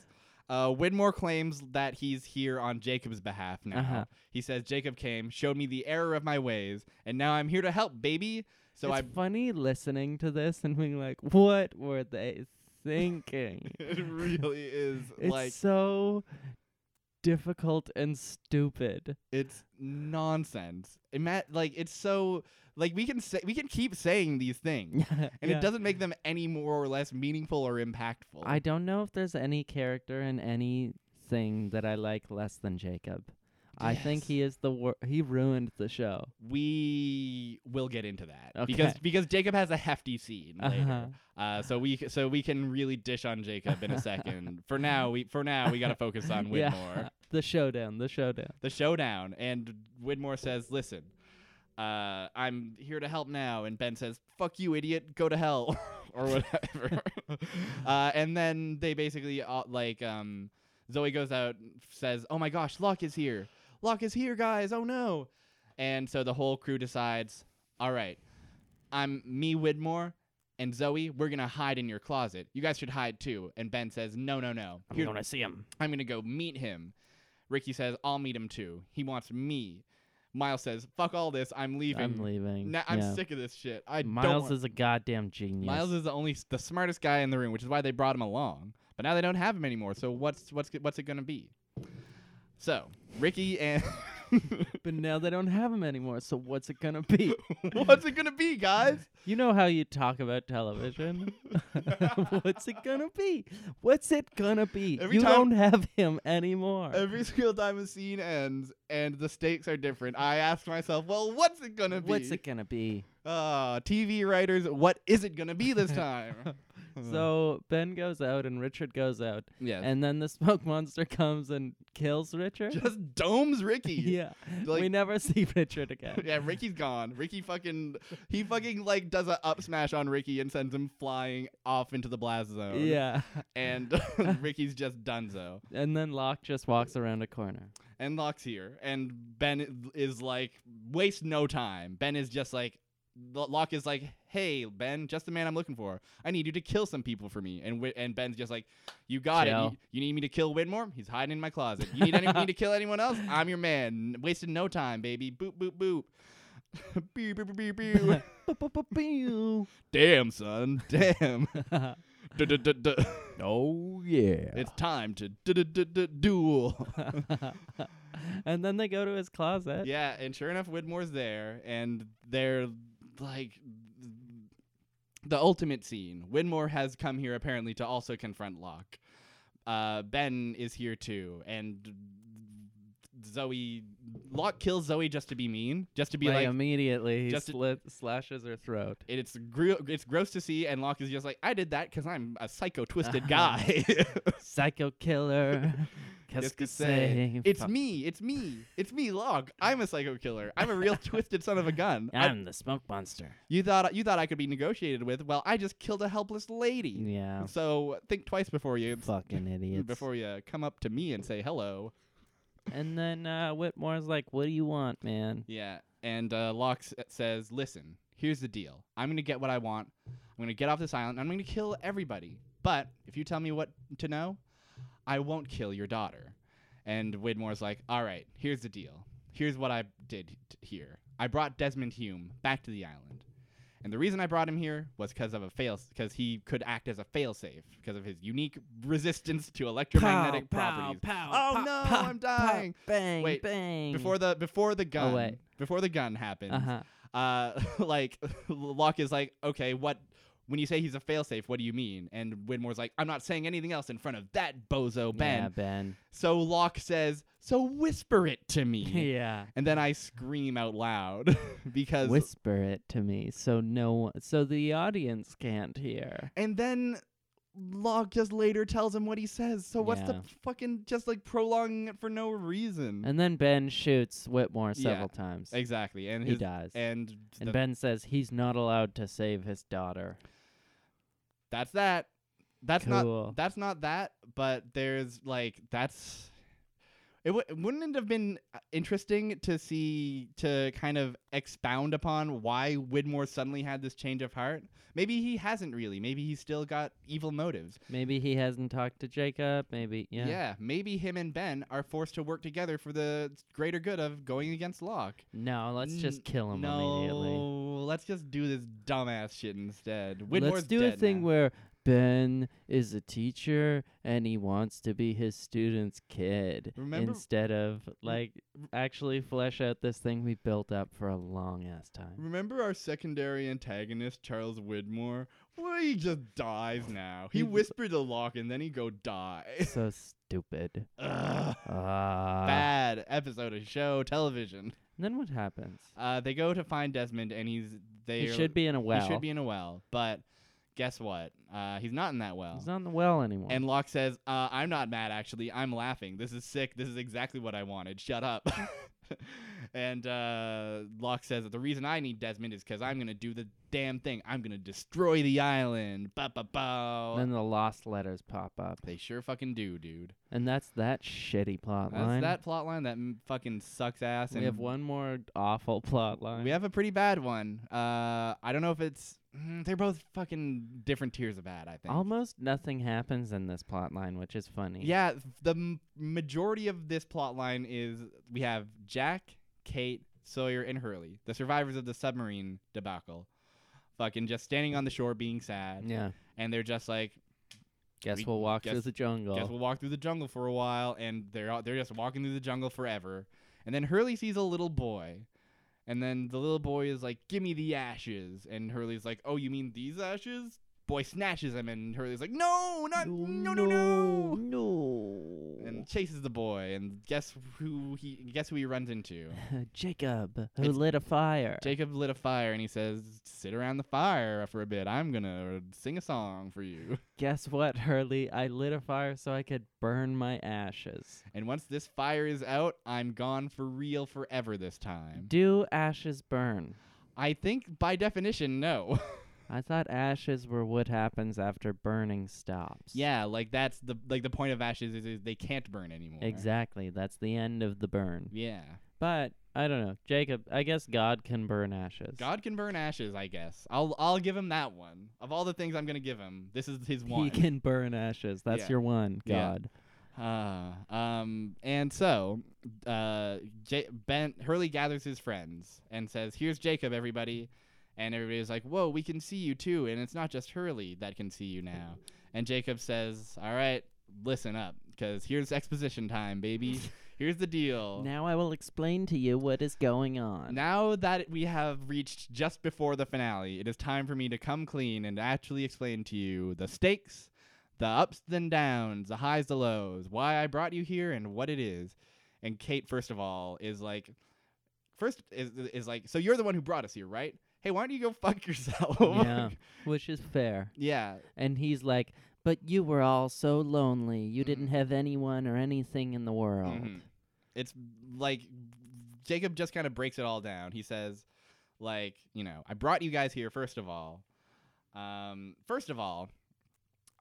[SPEAKER 1] Uh, Widmore claims that he's here on Jacob's behalf now.
[SPEAKER 2] Uh-huh.
[SPEAKER 1] He says Jacob came, showed me the error of my ways, and now I'm here to help, baby. So
[SPEAKER 2] So it's
[SPEAKER 1] I
[SPEAKER 2] funny listening to this and being like, what were they thinking?
[SPEAKER 1] it really is
[SPEAKER 2] it's
[SPEAKER 1] like
[SPEAKER 2] so difficult and stupid.
[SPEAKER 1] It's nonsense. Ima- like it's so like we can say we can keep saying these things,
[SPEAKER 2] and
[SPEAKER 1] and it doesn't make them any more or less meaningful or impactful.
[SPEAKER 2] I don't know if there's any character in anything that I like less than Jacob. I think
[SPEAKER 1] Yes.
[SPEAKER 2] he is the wor- he ruined the show.
[SPEAKER 1] we will get into that
[SPEAKER 2] Okay.
[SPEAKER 1] because because Jacob has a hefty scene
[SPEAKER 2] Uh-huh.
[SPEAKER 1] later. Uh, so we c- so we can really dish on Jacob in a second. for now, we for now we got to focus on Whitmore.
[SPEAKER 2] Yeah. The showdown, the showdown.
[SPEAKER 1] the showdown. And Widmore says, "Listen, uh, I'm here to help now." And Ben says, "Fuck you, idiot. Go to hell," or whatever. uh, and then they basically all, like um, Zoe goes out, and says, "Oh my gosh, Locke is here. Locke is here, guys. Oh no!" And so the whole crew decides, "All right, I'm me, Widmore." And Zoe, we're gonna hide in your closet. You guys should hide too. And Ben says, "No, no, no. Here-
[SPEAKER 2] see him.
[SPEAKER 1] I'm going to go meet him. Ricky says, I'll meet him too. He wants me. Miles says, fuck all this. I'm leaving.
[SPEAKER 2] I'm leaving.
[SPEAKER 1] Na- I'm
[SPEAKER 2] yeah.
[SPEAKER 1] sick of this shit. I don't
[SPEAKER 2] Miles
[SPEAKER 1] want-
[SPEAKER 2] is a goddamn genius.
[SPEAKER 1] Miles is the only the smartest guy in the room, which is why they brought him along. But now they don't have him anymore. So what's what's what's it gonna be? So Ricky and
[SPEAKER 2] But now they don't have him anymore, so what's it gonna be?
[SPEAKER 1] what's it gonna be, guys?
[SPEAKER 2] You know how you talk about television. what's it gonna be? What's it gonna be?
[SPEAKER 1] Every
[SPEAKER 2] you
[SPEAKER 1] time-
[SPEAKER 2] don't have him anymore.
[SPEAKER 1] Every single time a scene ends and the stakes are different, I ask myself, well, what's it gonna be?
[SPEAKER 2] what's it gonna be?
[SPEAKER 1] Ah, TV writers, what is it gonna be this time?
[SPEAKER 2] So Ben goes out and Richard goes out,
[SPEAKER 1] yeah,
[SPEAKER 2] and then the smoke monster comes and kills Richard.
[SPEAKER 1] just domes Ricky.
[SPEAKER 2] yeah,
[SPEAKER 1] like-
[SPEAKER 2] we never see Richard again.
[SPEAKER 1] Yeah, Ricky's gone. Ricky fucking he fucking like does a up smash on Ricky and sends him flying off into the blast zone.
[SPEAKER 2] Yeah.
[SPEAKER 1] And Ricky's just dunzo.
[SPEAKER 2] And then Locke just walks around a corner.
[SPEAKER 1] And Locke's here. And Ben is like, waste no time. Ben is just like Lo- Locke is like, hey, Ben, just the man I'm looking for. I need you to kill some people for me. And Whit- and Ben's just like, you got it.
[SPEAKER 2] Chill.
[SPEAKER 1] You, you need me to kill Whitmore? He's hiding in my closet. You need any- need to kill anyone else? I'm your man. Wasted no time, baby. Boop, boop, boop. Pew, pew, pew, pew, pew.
[SPEAKER 2] Ba-ba-ba-pew.
[SPEAKER 1] damn son damn Du-du-du-du.
[SPEAKER 2] oh yeah.
[SPEAKER 1] it's time to du-du-du-du duel
[SPEAKER 2] and then they go to his closet.
[SPEAKER 1] yeah and sure enough widmore's there and they're like the ultimate scene widmore has come here apparently to also confront locke uh, ben is here too and zoe locke kills zoe just to be mean just to be
[SPEAKER 2] like, um,
[SPEAKER 1] like
[SPEAKER 2] immediately he
[SPEAKER 1] just to-
[SPEAKER 2] slit, slashes her throat.
[SPEAKER 1] it's gro- it's gross to see and locke is just like i did that because i'm a psycho twisted guy
[SPEAKER 2] Psycho killer. Qu'est-ce
[SPEAKER 1] Just to
[SPEAKER 2] que
[SPEAKER 1] say,
[SPEAKER 2] c'est?
[SPEAKER 1] It's
[SPEAKER 2] Fuck.
[SPEAKER 1] me. It's me. It's me, Log. I'm a psycho killer. I'm a real twisted son of a gun. I-
[SPEAKER 2] I'm the smoke monster.
[SPEAKER 1] you thought you thought I could be negotiated with? Well, I just killed a helpless lady.
[SPEAKER 2] Yeah.
[SPEAKER 1] So think twice before you
[SPEAKER 2] Fucking idiots.
[SPEAKER 1] before you come up to me and say hello.
[SPEAKER 2] And then uh, Whitmore's like, "What do you want, man?"
[SPEAKER 1] Yeah. And uh, Locke s- says, "Listen, here's the deal. I'm gonna get what I want. I'm gonna get off this island. I'm gonna kill everybody. But if you tell me what to know, I won't kill your daughter." And Widmore's like, "All right, here's the deal. Here's what I did t- here. I brought Desmond Hume back to the island." And the reason I brought him here was because of a fail, because he could act as a failsafe because of his unique resistance to electromagnetic properties.
[SPEAKER 2] Pow,
[SPEAKER 1] Oh,
[SPEAKER 2] pow,
[SPEAKER 1] no,
[SPEAKER 2] pow,
[SPEAKER 1] I'm
[SPEAKER 2] pow,
[SPEAKER 1] dying.
[SPEAKER 2] bang,
[SPEAKER 1] Wait,
[SPEAKER 2] bang.
[SPEAKER 1] Before the before the gun
[SPEAKER 2] wait.
[SPEAKER 1] before the gun happened,
[SPEAKER 2] uh-huh.
[SPEAKER 1] uh, like Locke is like, okay, what? When you say he's a failsafe, what do you mean? And Widmore's like, I'm not saying anything else in front of that bozo Ben.
[SPEAKER 2] Yeah, Ben.
[SPEAKER 1] So Locke says, so whisper it to me.
[SPEAKER 2] yeah.
[SPEAKER 1] and then I scream out loud because.
[SPEAKER 2] Whisper it to me so no one, so the audience can't hear.
[SPEAKER 1] and then Locke just later tells him what he says. So what's the
[SPEAKER 2] Yeah.
[SPEAKER 1] fucking just like prolonging it for no reason?
[SPEAKER 2] And then Ben shoots Whitmore
[SPEAKER 1] Mm. Yeah,
[SPEAKER 2] several times.
[SPEAKER 1] exactly. And
[SPEAKER 2] He
[SPEAKER 1] his
[SPEAKER 2] dies. And,
[SPEAKER 1] and, th-
[SPEAKER 2] Ben says he's not allowed to save his daughter.
[SPEAKER 1] that's that. That's not
[SPEAKER 2] cool.
[SPEAKER 1] that's not that, but there's like that's it w- wouldn't it have been uh, interesting to see to kind of expound upon why Widmore suddenly had this change of heart? Maybe he hasn't really. Maybe he's still got evil motives.
[SPEAKER 2] Maybe he hasn't talked to Jacob. Maybe yeah.
[SPEAKER 1] maybe him and Ben are forced to work together for the greater good of going against Locke.
[SPEAKER 2] No, let's
[SPEAKER 1] N-
[SPEAKER 2] just kill him
[SPEAKER 1] no,
[SPEAKER 2] immediately.
[SPEAKER 1] let's just do this dumbass shit instead. Widmore's
[SPEAKER 2] let's do
[SPEAKER 1] dead
[SPEAKER 2] a thing
[SPEAKER 1] now.
[SPEAKER 2] where Ben is a teacher and he wants to be his student's kid
[SPEAKER 1] Remember-
[SPEAKER 2] instead of like actually flesh out this thing we built up for a long ass time.
[SPEAKER 1] Remember our secondary antagonist, Charles Widmore? Well, he just dies now. He
[SPEAKER 2] He-
[SPEAKER 1] whispered to Locke and then he go die.
[SPEAKER 2] so stupid.
[SPEAKER 1] Ugh.
[SPEAKER 2] Ah.
[SPEAKER 1] Bad episode of show television.
[SPEAKER 2] And then what happens?
[SPEAKER 1] Uh, they go to find Desmond and he's they
[SPEAKER 2] He should be in a well.
[SPEAKER 1] He should be in a well, but guess what? Uh, he's not in that well.
[SPEAKER 2] He's not in the well anymore.
[SPEAKER 1] and Locke says, uh, "I'm not mad actually. I'm laughing. This is sick. This is exactly what I wanted. Shut up." and uh, Locke says that the reason I need Desmond is because I'm gonna do the damn thing. I'm gonna destroy the island. Ba ba ba.
[SPEAKER 2] then the lost letters pop up.
[SPEAKER 1] They sure fucking do, dude.
[SPEAKER 2] And that's that shitty plot
[SPEAKER 1] That's
[SPEAKER 2] line.
[SPEAKER 1] that plot line that m- fucking sucks ass.
[SPEAKER 2] we
[SPEAKER 1] and
[SPEAKER 2] have one more awful plot line.
[SPEAKER 1] We have a pretty bad one. Uh, I don't know if it's. mm, They're both fucking different tiers of bad. I think.
[SPEAKER 2] Almost nothing happens in this plot line, which is funny.
[SPEAKER 1] Yeah, th- the m- majority of this plot line is we have Jack, Kate, Sawyer, and Hurley, the survivors of the submarine debacle, fucking just standing on the shore being sad,
[SPEAKER 2] Yeah.
[SPEAKER 1] and they're just like,
[SPEAKER 2] Guess
[SPEAKER 1] We-
[SPEAKER 2] we'll walk through
[SPEAKER 1] guess-
[SPEAKER 2] the jungle.
[SPEAKER 1] Guess we'll walk through the jungle for a while, and they're all, they're just walking through the jungle forever. And then Hurley sees a little boy, and then the little boy is like, "Give me the ashes," and Hurley's like, "Oh, you mean these ashes?" Boy snatches them, and Hurley's like, "No, not no no no."
[SPEAKER 2] no.
[SPEAKER 1] And chases the boy, and guess who he guess who he runs into?
[SPEAKER 2] Jacob, who
[SPEAKER 1] It's-
[SPEAKER 2] lit a fire.
[SPEAKER 1] Jacob lit a fire, and he says, "Sit around the fire for a bit. I'm gonna sing a song for you."
[SPEAKER 2] Guess what, Hurley? I lit a fire so I could burn my ashes.
[SPEAKER 1] And once this fire is out, I'm gone for real forever this time.
[SPEAKER 2] Do ashes burn?
[SPEAKER 1] I think by definition, no.
[SPEAKER 2] I thought ashes were what happens after burning stops.
[SPEAKER 1] yeah, like that's the like the point of ashes is, is they can't burn anymore.
[SPEAKER 2] Exactly. That's the end of the burn.
[SPEAKER 1] Yeah.
[SPEAKER 2] But I don't know. Jacob, I guess God can burn ashes.
[SPEAKER 1] God can burn ashes, I guess. I'll I'll give him that one. Of all the things I'm gonna give him, this is his one.
[SPEAKER 2] He can burn ashes. That's
[SPEAKER 1] Yeah.
[SPEAKER 2] your one,
[SPEAKER 1] Yeah.
[SPEAKER 2] God.
[SPEAKER 1] Ah, um, and so, uh, J- Ben Hurley gathers his friends and says, "Here's Jacob, everybody," and everybody's like, "Whoa, we can see you too!" And it's not just Hurley that can see you now. And Jacob says, "All right, listen up, because here's exposition time, baby. Here's the deal.
[SPEAKER 2] Now I will explain to you what is going on.
[SPEAKER 1] Now that we have reached just before the finale, it is time for me to come clean and actually explain to you the stakes, the ups and downs, the highs, the lows, why I brought you here, and what it is. And Kate, first of all, is like, first is, is like, so you're the one who brought us here, right? Hey, why don't you go fuck yourself?
[SPEAKER 2] Yeah. Which is fair.
[SPEAKER 1] yeah.
[SPEAKER 2] And he's like, But you were all so lonely. You didn't
[SPEAKER 1] Mm-hmm.
[SPEAKER 2] have anyone or anything in the world.
[SPEAKER 1] Mhm. It's like Jacob just kind of breaks it all down. He says, like, you know, I brought you guys here first of all. Um, first of all,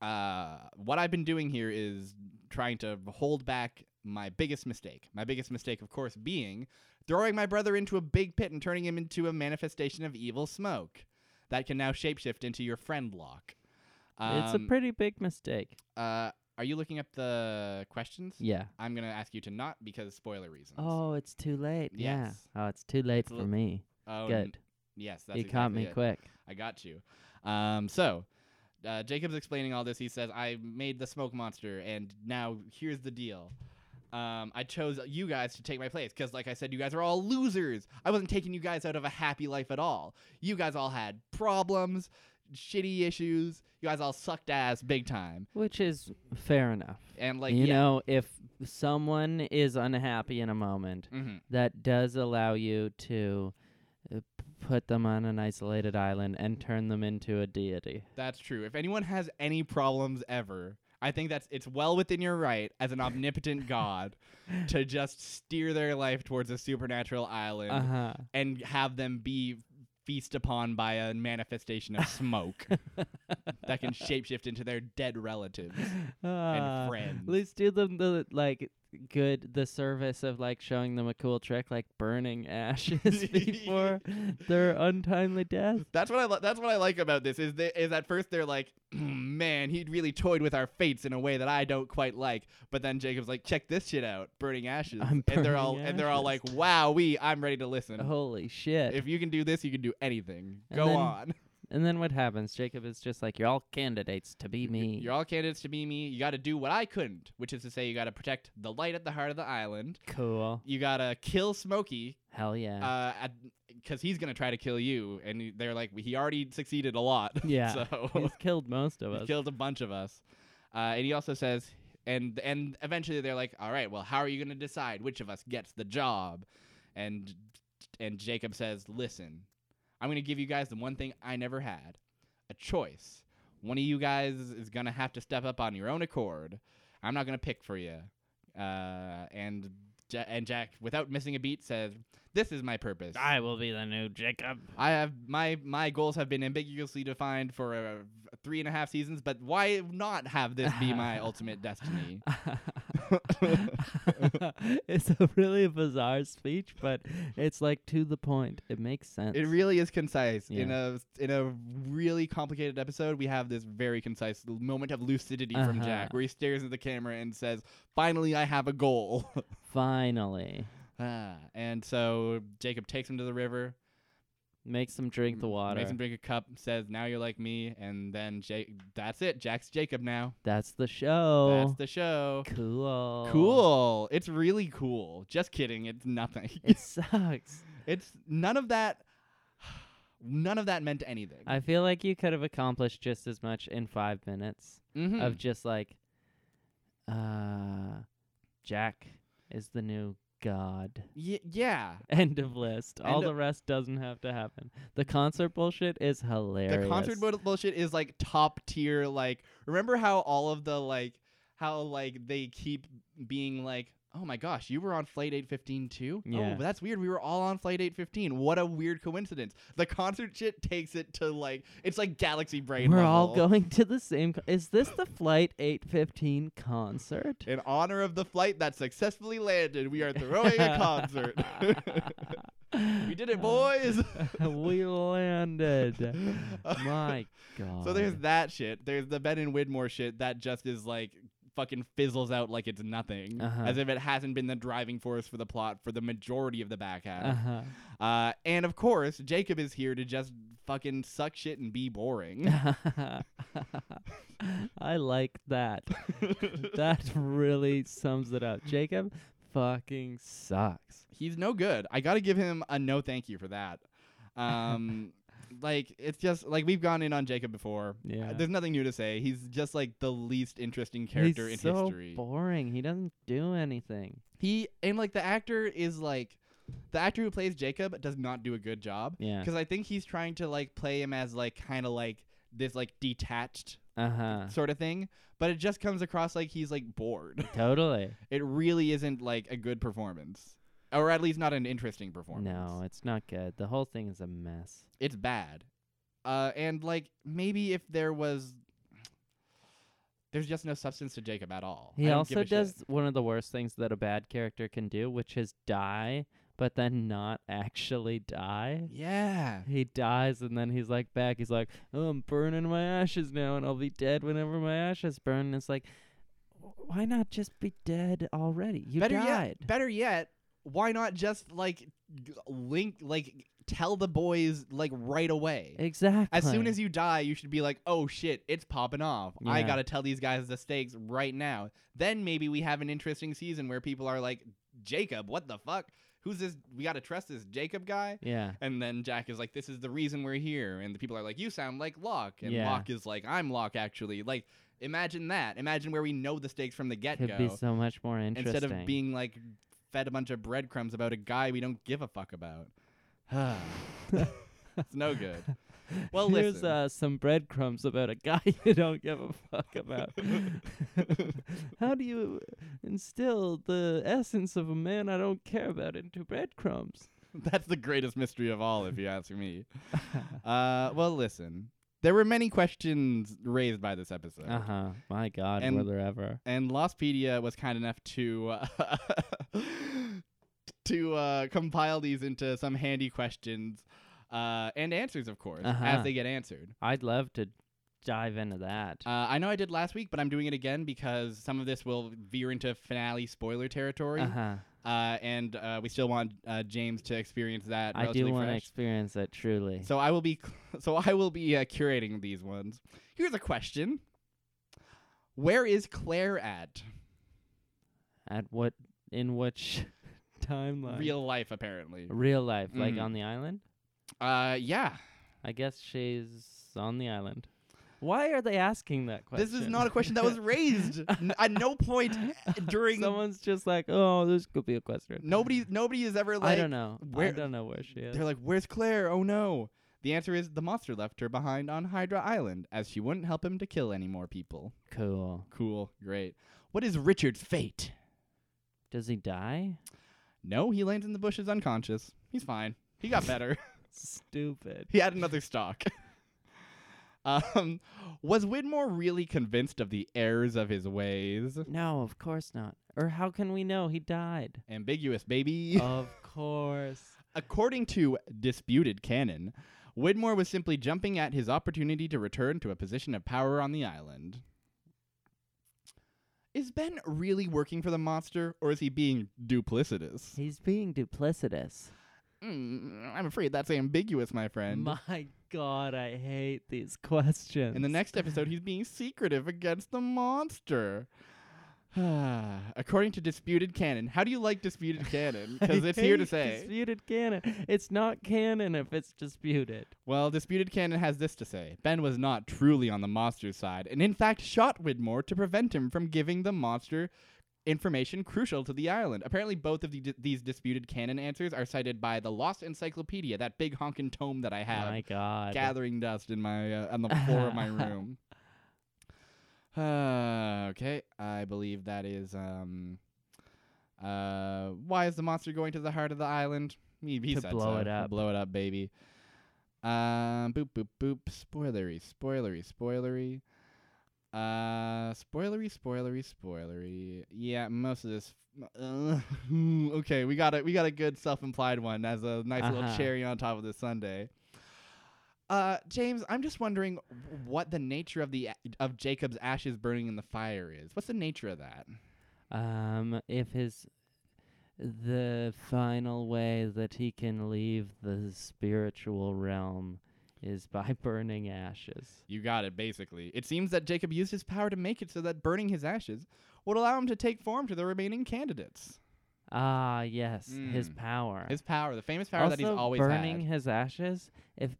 [SPEAKER 1] uh, what I've been doing here is trying to hold back my biggest mistake. My biggest mistake, of course, being throwing my brother into a big pit and turning him into a manifestation of evil smoke that can now shapeshift into your friend lock.
[SPEAKER 2] it's a
[SPEAKER 1] Um,
[SPEAKER 2] pretty big mistake.
[SPEAKER 1] uh, are you looking up the questions?
[SPEAKER 2] Yeah.
[SPEAKER 1] I'm gonna ask you to not because spoiler reasons.
[SPEAKER 2] Oh, it's too late.
[SPEAKER 1] Yes.
[SPEAKER 2] Yeah. Oh, it's too late
[SPEAKER 1] It's a
[SPEAKER 2] for
[SPEAKER 1] li-
[SPEAKER 2] me.
[SPEAKER 1] Oh, n-
[SPEAKER 2] Good.
[SPEAKER 1] yes, that's
[SPEAKER 2] You
[SPEAKER 1] exactly
[SPEAKER 2] caught me
[SPEAKER 1] it.
[SPEAKER 2] quick.
[SPEAKER 1] I got you. Um, so uh, Jacob's explaining all this. He says, "I made the smoke monster, and now here's the deal." Um, I chose you guys to take my place because, like I said, you guys are all losers. I wasn't taking you guys out of a happy life at all. You guys all had problems, shitty issues. You guys all sucked ass big time.
[SPEAKER 2] Which is fair enough.
[SPEAKER 1] And like,
[SPEAKER 2] you
[SPEAKER 1] yeah,
[SPEAKER 2] know, if someone is unhappy in a moment,
[SPEAKER 1] mhm,
[SPEAKER 2] that does allow you to uh, p- put them on an isolated island and turn them into a deity.
[SPEAKER 1] that's true. If anyone has any problems ever, I think that's it's well within your right as an omnipotent god to just steer their life towards a supernatural island
[SPEAKER 2] Uh huh.
[SPEAKER 1] and have them be feast upon by a manifestation of smoke that can shapeshift into their dead relatives.
[SPEAKER 2] Ah,
[SPEAKER 1] friends.
[SPEAKER 2] Let's do them the like good the service of like showing them a cool trick like burning ashes before their untimely death.
[SPEAKER 1] That's what I li- that's what I like about this is they, is at first they're like, man, he really toyed with our fates in a way that I don't quite like. But then Jacob's like, check this shit out, burning ashes,
[SPEAKER 2] I'm
[SPEAKER 1] and they're
[SPEAKER 2] burning
[SPEAKER 1] all and they're all
[SPEAKER 2] ashes.
[SPEAKER 1] like, wow, we, I'm ready to listen.
[SPEAKER 2] Holy shit.
[SPEAKER 1] If you can do this, you can do anything.
[SPEAKER 2] And
[SPEAKER 1] Go
[SPEAKER 2] then
[SPEAKER 1] on.
[SPEAKER 2] and then what happens? Jacob is just like you're all candidates to be me.
[SPEAKER 1] You're all candidates to be me. You got to do what I couldn't, which is to say, you got to protect the light at the heart of the island.
[SPEAKER 2] cool.
[SPEAKER 1] You got to kill Smokey
[SPEAKER 2] Hell yeah.
[SPEAKER 1] because he's going to try to kill you. And he- they're like, he already succeeded a lot.
[SPEAKER 2] Yeah.
[SPEAKER 1] so
[SPEAKER 2] He's killed most of
[SPEAKER 1] he
[SPEAKER 2] us.
[SPEAKER 1] Uh, killed a bunch of us. Uh, and he also says, and and eventually they're like, all right, well, how are you going to decide which of us gets the job? And and Jacob says, listen, I'm going to give you guys the one thing I never had, a choice. One of you guys is going to have to step up on your own accord. I'm not going to pick for you. Uh, and Ja- and Jack, without missing a beat, says, this is my purpose.
[SPEAKER 2] I will be the new Jacob.
[SPEAKER 1] I have my my goals have been ambiguously defined for uh, three and a half seasons, but why not have this be my ultimate destiny?
[SPEAKER 2] it's a really bizarre speech, but it's like to the point. It makes sense.
[SPEAKER 1] It really is concise. In a in a really complicated episode, we have this very concise l- moment of lucidity from
[SPEAKER 2] Uh-huh.
[SPEAKER 1] Jack, where he stares at the camera and says, "Finally, I have a goal."
[SPEAKER 2] Finally.
[SPEAKER 1] ah, and so Jacob takes him to the river,
[SPEAKER 2] makes him drink the water.
[SPEAKER 1] Makes him drink a cup, says, Now you're like me. And then Jake, that's it. Jack's Jacob now.
[SPEAKER 2] That's the show.
[SPEAKER 1] That's the show.
[SPEAKER 2] cool.
[SPEAKER 1] Cool. It's really cool. Just kidding. It's nothing.
[SPEAKER 2] It sucks.
[SPEAKER 1] it's none of that. None of that meant anything.
[SPEAKER 2] I feel like you could have accomplished just as much in five minutes
[SPEAKER 1] Mhm.
[SPEAKER 2] of just like, uh, Jack is the new god.
[SPEAKER 1] Ye- yeah.
[SPEAKER 2] End of list. All
[SPEAKER 1] End
[SPEAKER 2] the rest doesn't have to happen. The concert bullshit is hilarious.
[SPEAKER 1] The concert bull- bullshit is like top tier. Like, remember how all of the like, how like they keep being like, oh my gosh, you were on flight 815 too?
[SPEAKER 2] Yeah.
[SPEAKER 1] Oh, but that's weird. We were all on flight 815. What a weird coincidence. The concert shit takes it to like, it's like galaxy brain.
[SPEAKER 2] We're all
[SPEAKER 1] level.
[SPEAKER 2] going to the same. Co- is this the Flight 815 concert?
[SPEAKER 1] In honor of the flight that successfully landed, we are throwing a concert. we did it, boys.
[SPEAKER 2] we landed. My God.
[SPEAKER 1] So there's that shit. There's the Ben and Widmore shit that just is like fucking fizzles out like it's nothing,
[SPEAKER 2] Uh-huh.
[SPEAKER 1] as if it hasn't been the driving force for the plot for the majority of the back
[SPEAKER 2] Uh
[SPEAKER 1] half.
[SPEAKER 2] huh.
[SPEAKER 1] uh and of course, Jacob is here to just fucking suck shit and be boring.
[SPEAKER 2] I like that. that really sums it up. Jacob fucking sucks.
[SPEAKER 1] He's no good. I gotta give him a no thank you for that. Um, like it's just like we've gone in on Jacob before.
[SPEAKER 2] Yeah.
[SPEAKER 1] There's nothing new to say. He's just like the least interesting character
[SPEAKER 2] He's
[SPEAKER 1] in
[SPEAKER 2] so
[SPEAKER 1] history.
[SPEAKER 2] boring. He doesn't do anything.
[SPEAKER 1] He and like the actor is like the actor who plays Jacob does not do a good job
[SPEAKER 2] Yeah.
[SPEAKER 1] because I think he's trying to like play him as like kind of like this like detached
[SPEAKER 2] Uh huh.
[SPEAKER 1] sort of thing, but it just comes across like he's like bored.
[SPEAKER 2] Totally.
[SPEAKER 1] it really isn't like a good performance. Or at least not an interesting performance.
[SPEAKER 2] No, it's not good. The whole thing is a mess.
[SPEAKER 1] It's bad. Uh and like maybe if there was there's just no substance to Jacob at all. I
[SPEAKER 2] He
[SPEAKER 1] don't give
[SPEAKER 2] also
[SPEAKER 1] a shit.
[SPEAKER 2] does one of the worst things that a bad character can do, which is die, but then not actually die.
[SPEAKER 1] Yeah.
[SPEAKER 2] He dies and then he's like back. He's like, "Oh, I'm burning my ashes now, and I'll be dead whenever my ashes burn." And it's like, why not just be dead already? You
[SPEAKER 1] better
[SPEAKER 2] died.
[SPEAKER 1] yet, better yet, why not just like g- link, like tell the boys like right away.
[SPEAKER 2] Exactly.
[SPEAKER 1] As soon as you die, you should be like, "Oh shit, it's popping off! I
[SPEAKER 2] Yeah.
[SPEAKER 1] gotta tell these guys the stakes right now." Then maybe we have an interesting season where people are like, "Jacob, what the fuck? Who's this? We gotta trust this Jacob guy."
[SPEAKER 2] yeah,
[SPEAKER 1] And then Jack is like, "This is the reason we're here," and the people are like, "You sound like Locke," and
[SPEAKER 2] Yeah.
[SPEAKER 1] Locke is like, "I'm Locke, actually." Like, imagine that. Imagine where we know the stakes from the get go
[SPEAKER 2] could be so much more interesting.
[SPEAKER 1] instead of being like fed a bunch of breadcrumbs about a guy we don't give a fuck about. it's no good. Well,
[SPEAKER 2] Here's
[SPEAKER 1] listen.
[SPEAKER 2] Uh, some breadcrumbs about a guy you don't give a fuck about. How do you instill the essence of a man I don't care about into breadcrumbs?
[SPEAKER 1] That's the greatest mystery of all, if you ask me. Uh, well, listen. There were many questions raised by this episode,
[SPEAKER 2] Uh huh. My God,
[SPEAKER 1] And-
[SPEAKER 2] were there ever?
[SPEAKER 1] and Lostpedia was kind enough to uh, to uh, compile these into some handy questions uh, and answers, of course,
[SPEAKER 2] Uh-huh.
[SPEAKER 1] as they get answered.
[SPEAKER 2] I'd love to dive into that.
[SPEAKER 1] Uh, I know I did last week, but I'm doing it again because some of this will veer into finale spoiler territory,
[SPEAKER 2] Uh
[SPEAKER 1] uh
[SPEAKER 2] huh.
[SPEAKER 1] and uh, we still want uh, James to experience that.
[SPEAKER 2] I do want to
[SPEAKER 1] want
[SPEAKER 2] experience it truly.
[SPEAKER 1] So I will be, so I will be uh, curating these ones. Here's a question: Where is Claire at?
[SPEAKER 2] At what? In which timeline?
[SPEAKER 1] Real life, apparently.
[SPEAKER 2] Real life, like
[SPEAKER 1] Mhm.
[SPEAKER 2] on the island.
[SPEAKER 1] Uh, yeah.
[SPEAKER 2] I guess she's on the island. Why are they asking that question?
[SPEAKER 1] This is not a question that was raised N- at no point during.
[SPEAKER 2] Someone's just like, oh, this could be a question.
[SPEAKER 1] Nobody, nobody is ever like.
[SPEAKER 2] I don't know. I
[SPEAKER 1] where-
[SPEAKER 2] don't know where she is.
[SPEAKER 1] They're like, "Where's Claire? Oh no!" The answer is the monster left her behind on Hydra Island, as she wouldn't help him to kill any more people.
[SPEAKER 2] cool.
[SPEAKER 1] Cool, great. What is Richard's fate?
[SPEAKER 2] Does he die?
[SPEAKER 1] No, he lands in the bushes unconscious. He's fine. He got better.
[SPEAKER 2] Stupid.
[SPEAKER 1] he had another stock. um, was Widmore really convinced of the errors of his ways?
[SPEAKER 2] No, of course not. Or how can we know he died?
[SPEAKER 1] Ambiguous, baby.
[SPEAKER 2] of course.
[SPEAKER 1] According to disputed canon, Widmore was simply jumping at his opportunity to return to a position of power on the island. Is Ben really working for the monster, or is he being duplicitous?
[SPEAKER 2] He's being duplicitous.
[SPEAKER 1] Mm, I'm afraid that's ambiguous, my friend.
[SPEAKER 2] My God, I hate these questions.
[SPEAKER 1] In the next episode, he's being secretive against the monster. According to disputed canon, how do you like disputed canon? Because
[SPEAKER 2] I
[SPEAKER 1] it's here to
[SPEAKER 2] hate
[SPEAKER 1] say.
[SPEAKER 2] disputed canon. It's not canon if it's disputed.
[SPEAKER 1] well, disputed canon has this to say: Ben was not truly on the monster's side, and in fact shot Widmore to prevent him from giving the monster information crucial to the island. Apparently, both of the these disputed canon answers are cited by the Lost Encyclopedia, that big honkin' tome that I have.
[SPEAKER 2] my God.
[SPEAKER 1] gathering dust in my uh, on the floor of my room. Uh, okay, I believe that is um. Uh, why is the monster going to the heart of the island? He, he
[SPEAKER 2] To
[SPEAKER 1] said
[SPEAKER 2] blow
[SPEAKER 1] so.
[SPEAKER 2] it
[SPEAKER 1] To
[SPEAKER 2] up.
[SPEAKER 1] blow it up, baby. Um, boop boop boop. Spoilery, spoilery, spoilery. Uh, spoilery, spoilery, spoilery. Yeah, most of this. Uh, okay, we got a we got a good self-implied one as a nice little
[SPEAKER 2] Uh-huh.
[SPEAKER 1] cherry on top of this Sunday. Uh, James, I'm just wondering what the nature of the of Jacob's ashes burning in the fire is. What's the nature of that?
[SPEAKER 2] Um, if his the final way that he can leave the spiritual realm is by burning ashes.
[SPEAKER 1] You got it, basically. It seems that Jacob used his power to make it so that burning his ashes would allow him to take form to the remaining candidates.
[SPEAKER 2] Ah, yes, his
[SPEAKER 1] Mm.
[SPEAKER 2] power.
[SPEAKER 1] His power, the famous power
[SPEAKER 2] also
[SPEAKER 1] that he's always
[SPEAKER 2] burning
[SPEAKER 1] had.
[SPEAKER 2] his ashes. If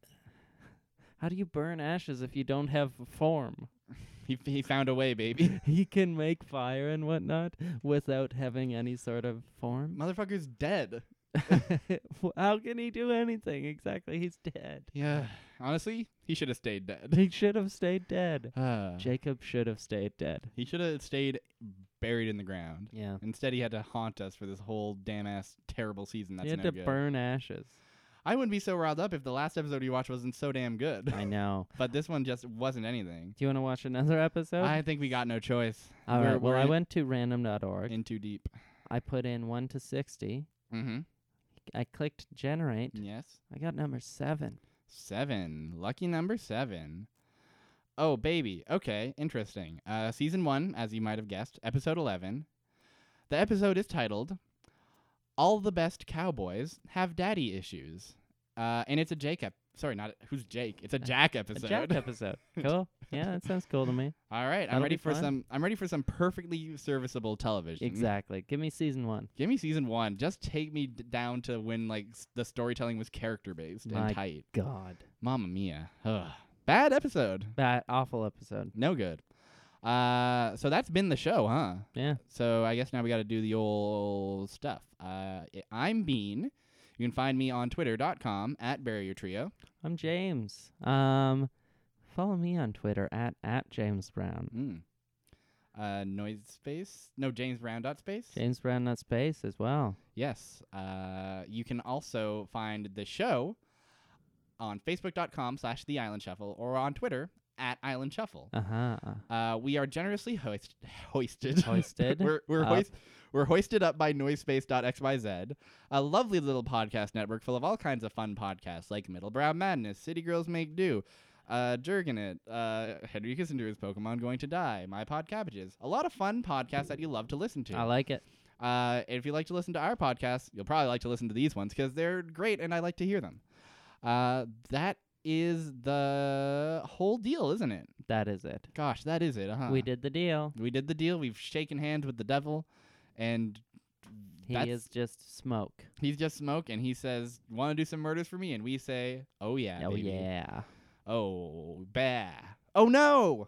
[SPEAKER 2] how do you burn ashes if you don't have form?
[SPEAKER 1] He, he found a way, baby.
[SPEAKER 2] he can make fire and whatnot without having any sort of form.
[SPEAKER 1] Motherfucker's dead.
[SPEAKER 2] how can he do anything exactly? He's dead.
[SPEAKER 1] Yeah. Honestly, he should have stayed dead.
[SPEAKER 2] He should have stayed dead.
[SPEAKER 1] Uh,
[SPEAKER 2] Jacob should have stayed dead.
[SPEAKER 1] he should have stayed buried in the ground.
[SPEAKER 2] Yeah.
[SPEAKER 1] Instead, he had to haunt us for this whole damn ass terrible season. That's
[SPEAKER 2] he had
[SPEAKER 1] no
[SPEAKER 2] to
[SPEAKER 1] good.
[SPEAKER 2] burn ashes.
[SPEAKER 1] I wouldn't be so riled up if the last episode you watched wasn't so damn good.
[SPEAKER 2] I know.
[SPEAKER 1] but this one just wasn't anything.
[SPEAKER 2] Do you want to watch another episode?
[SPEAKER 1] I think we got no choice.
[SPEAKER 2] All
[SPEAKER 1] We're-
[SPEAKER 2] right. Well,
[SPEAKER 1] we're
[SPEAKER 2] I
[SPEAKER 1] in-
[SPEAKER 2] went to random.org.
[SPEAKER 1] in too deep.
[SPEAKER 2] I put in 1 to 60.
[SPEAKER 1] Mm-hmm.
[SPEAKER 2] I clicked generate.
[SPEAKER 1] Yes.
[SPEAKER 2] I got number 7.
[SPEAKER 1] Seven. Lucky number seven. Oh, baby. Okay, interesting. Uh, season one, as you might have guessed, episode 11. The episode is titled All the Best Cowboys Have Daddy Issues. Uh, and it's a Jake ep- Sorry, not who's Jake. It's a Jack
[SPEAKER 2] A
[SPEAKER 1] episode.
[SPEAKER 2] Jack episode. Cool. Yeah, that sounds cool to me.
[SPEAKER 1] All right, I'm
[SPEAKER 2] That'll
[SPEAKER 1] ready
[SPEAKER 2] be
[SPEAKER 1] for
[SPEAKER 2] fun.
[SPEAKER 1] some. I'm ready for some perfectly serviceable television.
[SPEAKER 2] Exactly. Give me season 1.
[SPEAKER 1] Give me season one. Just take me d- down to when like s- the storytelling was character based
[SPEAKER 2] My
[SPEAKER 1] and tight.
[SPEAKER 2] God.
[SPEAKER 1] Mamma mia. Ugh. Bad episode.
[SPEAKER 2] Bad awful episode.
[SPEAKER 1] No good. Uh, so that's been the show, huh?
[SPEAKER 2] Yeah.
[SPEAKER 1] So I guess now we got to do the old stuff. Uh, I- I'm Bean. You can find me on twitter.com at barrier trio.
[SPEAKER 2] I'm James. Um follow me on Twitter at at James Brown.
[SPEAKER 1] Mm. Uh, noise space. No, James Brown dot space.
[SPEAKER 2] James Brown not space as well.
[SPEAKER 1] Yes. Uh, you can also find the show on facebook.com slash the island shuffle or on Twitter at island shuffle.
[SPEAKER 2] Uh-huh.
[SPEAKER 1] Uh, we are generously hoist- hoisted.
[SPEAKER 2] Hoisted
[SPEAKER 1] we're we're,
[SPEAKER 2] up.
[SPEAKER 1] hoist- we're hoisted up by noisepace.xyz, a lovely little podcast network full of all kinds of fun podcasts like Middlebrow Madness, City Girls Make Do, uh, Jergen It, uh, Henry Kissinger's Pokemon Going to Die, My Pod Cabbages. A lot of fun podcasts that you love to listen to.
[SPEAKER 2] I like it.
[SPEAKER 1] Uh, if you like to listen to our podcast, you'll probably like to listen to these ones because they're great and I like to hear them. Uh, that is the whole deal, isn't it?
[SPEAKER 2] That is it.
[SPEAKER 1] Gosh, that is it, huh?
[SPEAKER 2] We did the deal.
[SPEAKER 1] We did the deal. We've shaken hands with the devil, and
[SPEAKER 2] He
[SPEAKER 1] That's-
[SPEAKER 2] is just smoke.
[SPEAKER 1] he's just smoke. And he says, "Want to do some murders for me?" And we say, "Oh yeah,
[SPEAKER 2] oh
[SPEAKER 1] baby.
[SPEAKER 2] yeah.
[SPEAKER 1] oh bah, oh no."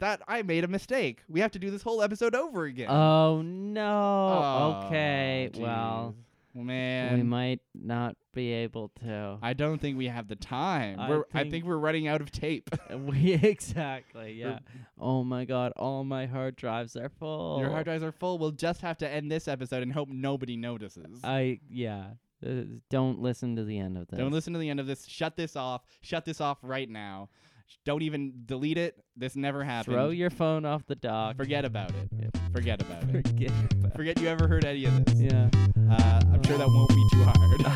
[SPEAKER 1] That I made a mistake. We have to do this whole episode over again.
[SPEAKER 2] Oh no. okay.
[SPEAKER 1] Oh,
[SPEAKER 2] Well,
[SPEAKER 1] jeez. man,
[SPEAKER 2] we might not be able to.
[SPEAKER 1] I don't think we have the time.
[SPEAKER 2] I
[SPEAKER 1] we're, I
[SPEAKER 2] think-
[SPEAKER 1] think we're running out of tape.
[SPEAKER 2] we exactly. Yeah. Oh my god, all my hard drives are full.
[SPEAKER 1] Your hard drives are full. We'll just have to end this episode and hope nobody notices.
[SPEAKER 2] I yeah. Uh, don't listen to the end of this.
[SPEAKER 1] Don't listen to the end of this. Shut this off. Shut this off right now. Sh- Don't even delete it. This never happened.
[SPEAKER 2] Throw your phone off the dock.
[SPEAKER 1] Forget about it.
[SPEAKER 2] Yep.
[SPEAKER 1] Forget about it.
[SPEAKER 2] Forget. about-
[SPEAKER 1] Forget you ever heard any of this.
[SPEAKER 2] Yeah.
[SPEAKER 1] Uh, I'm sure that won't be too hard. Uh,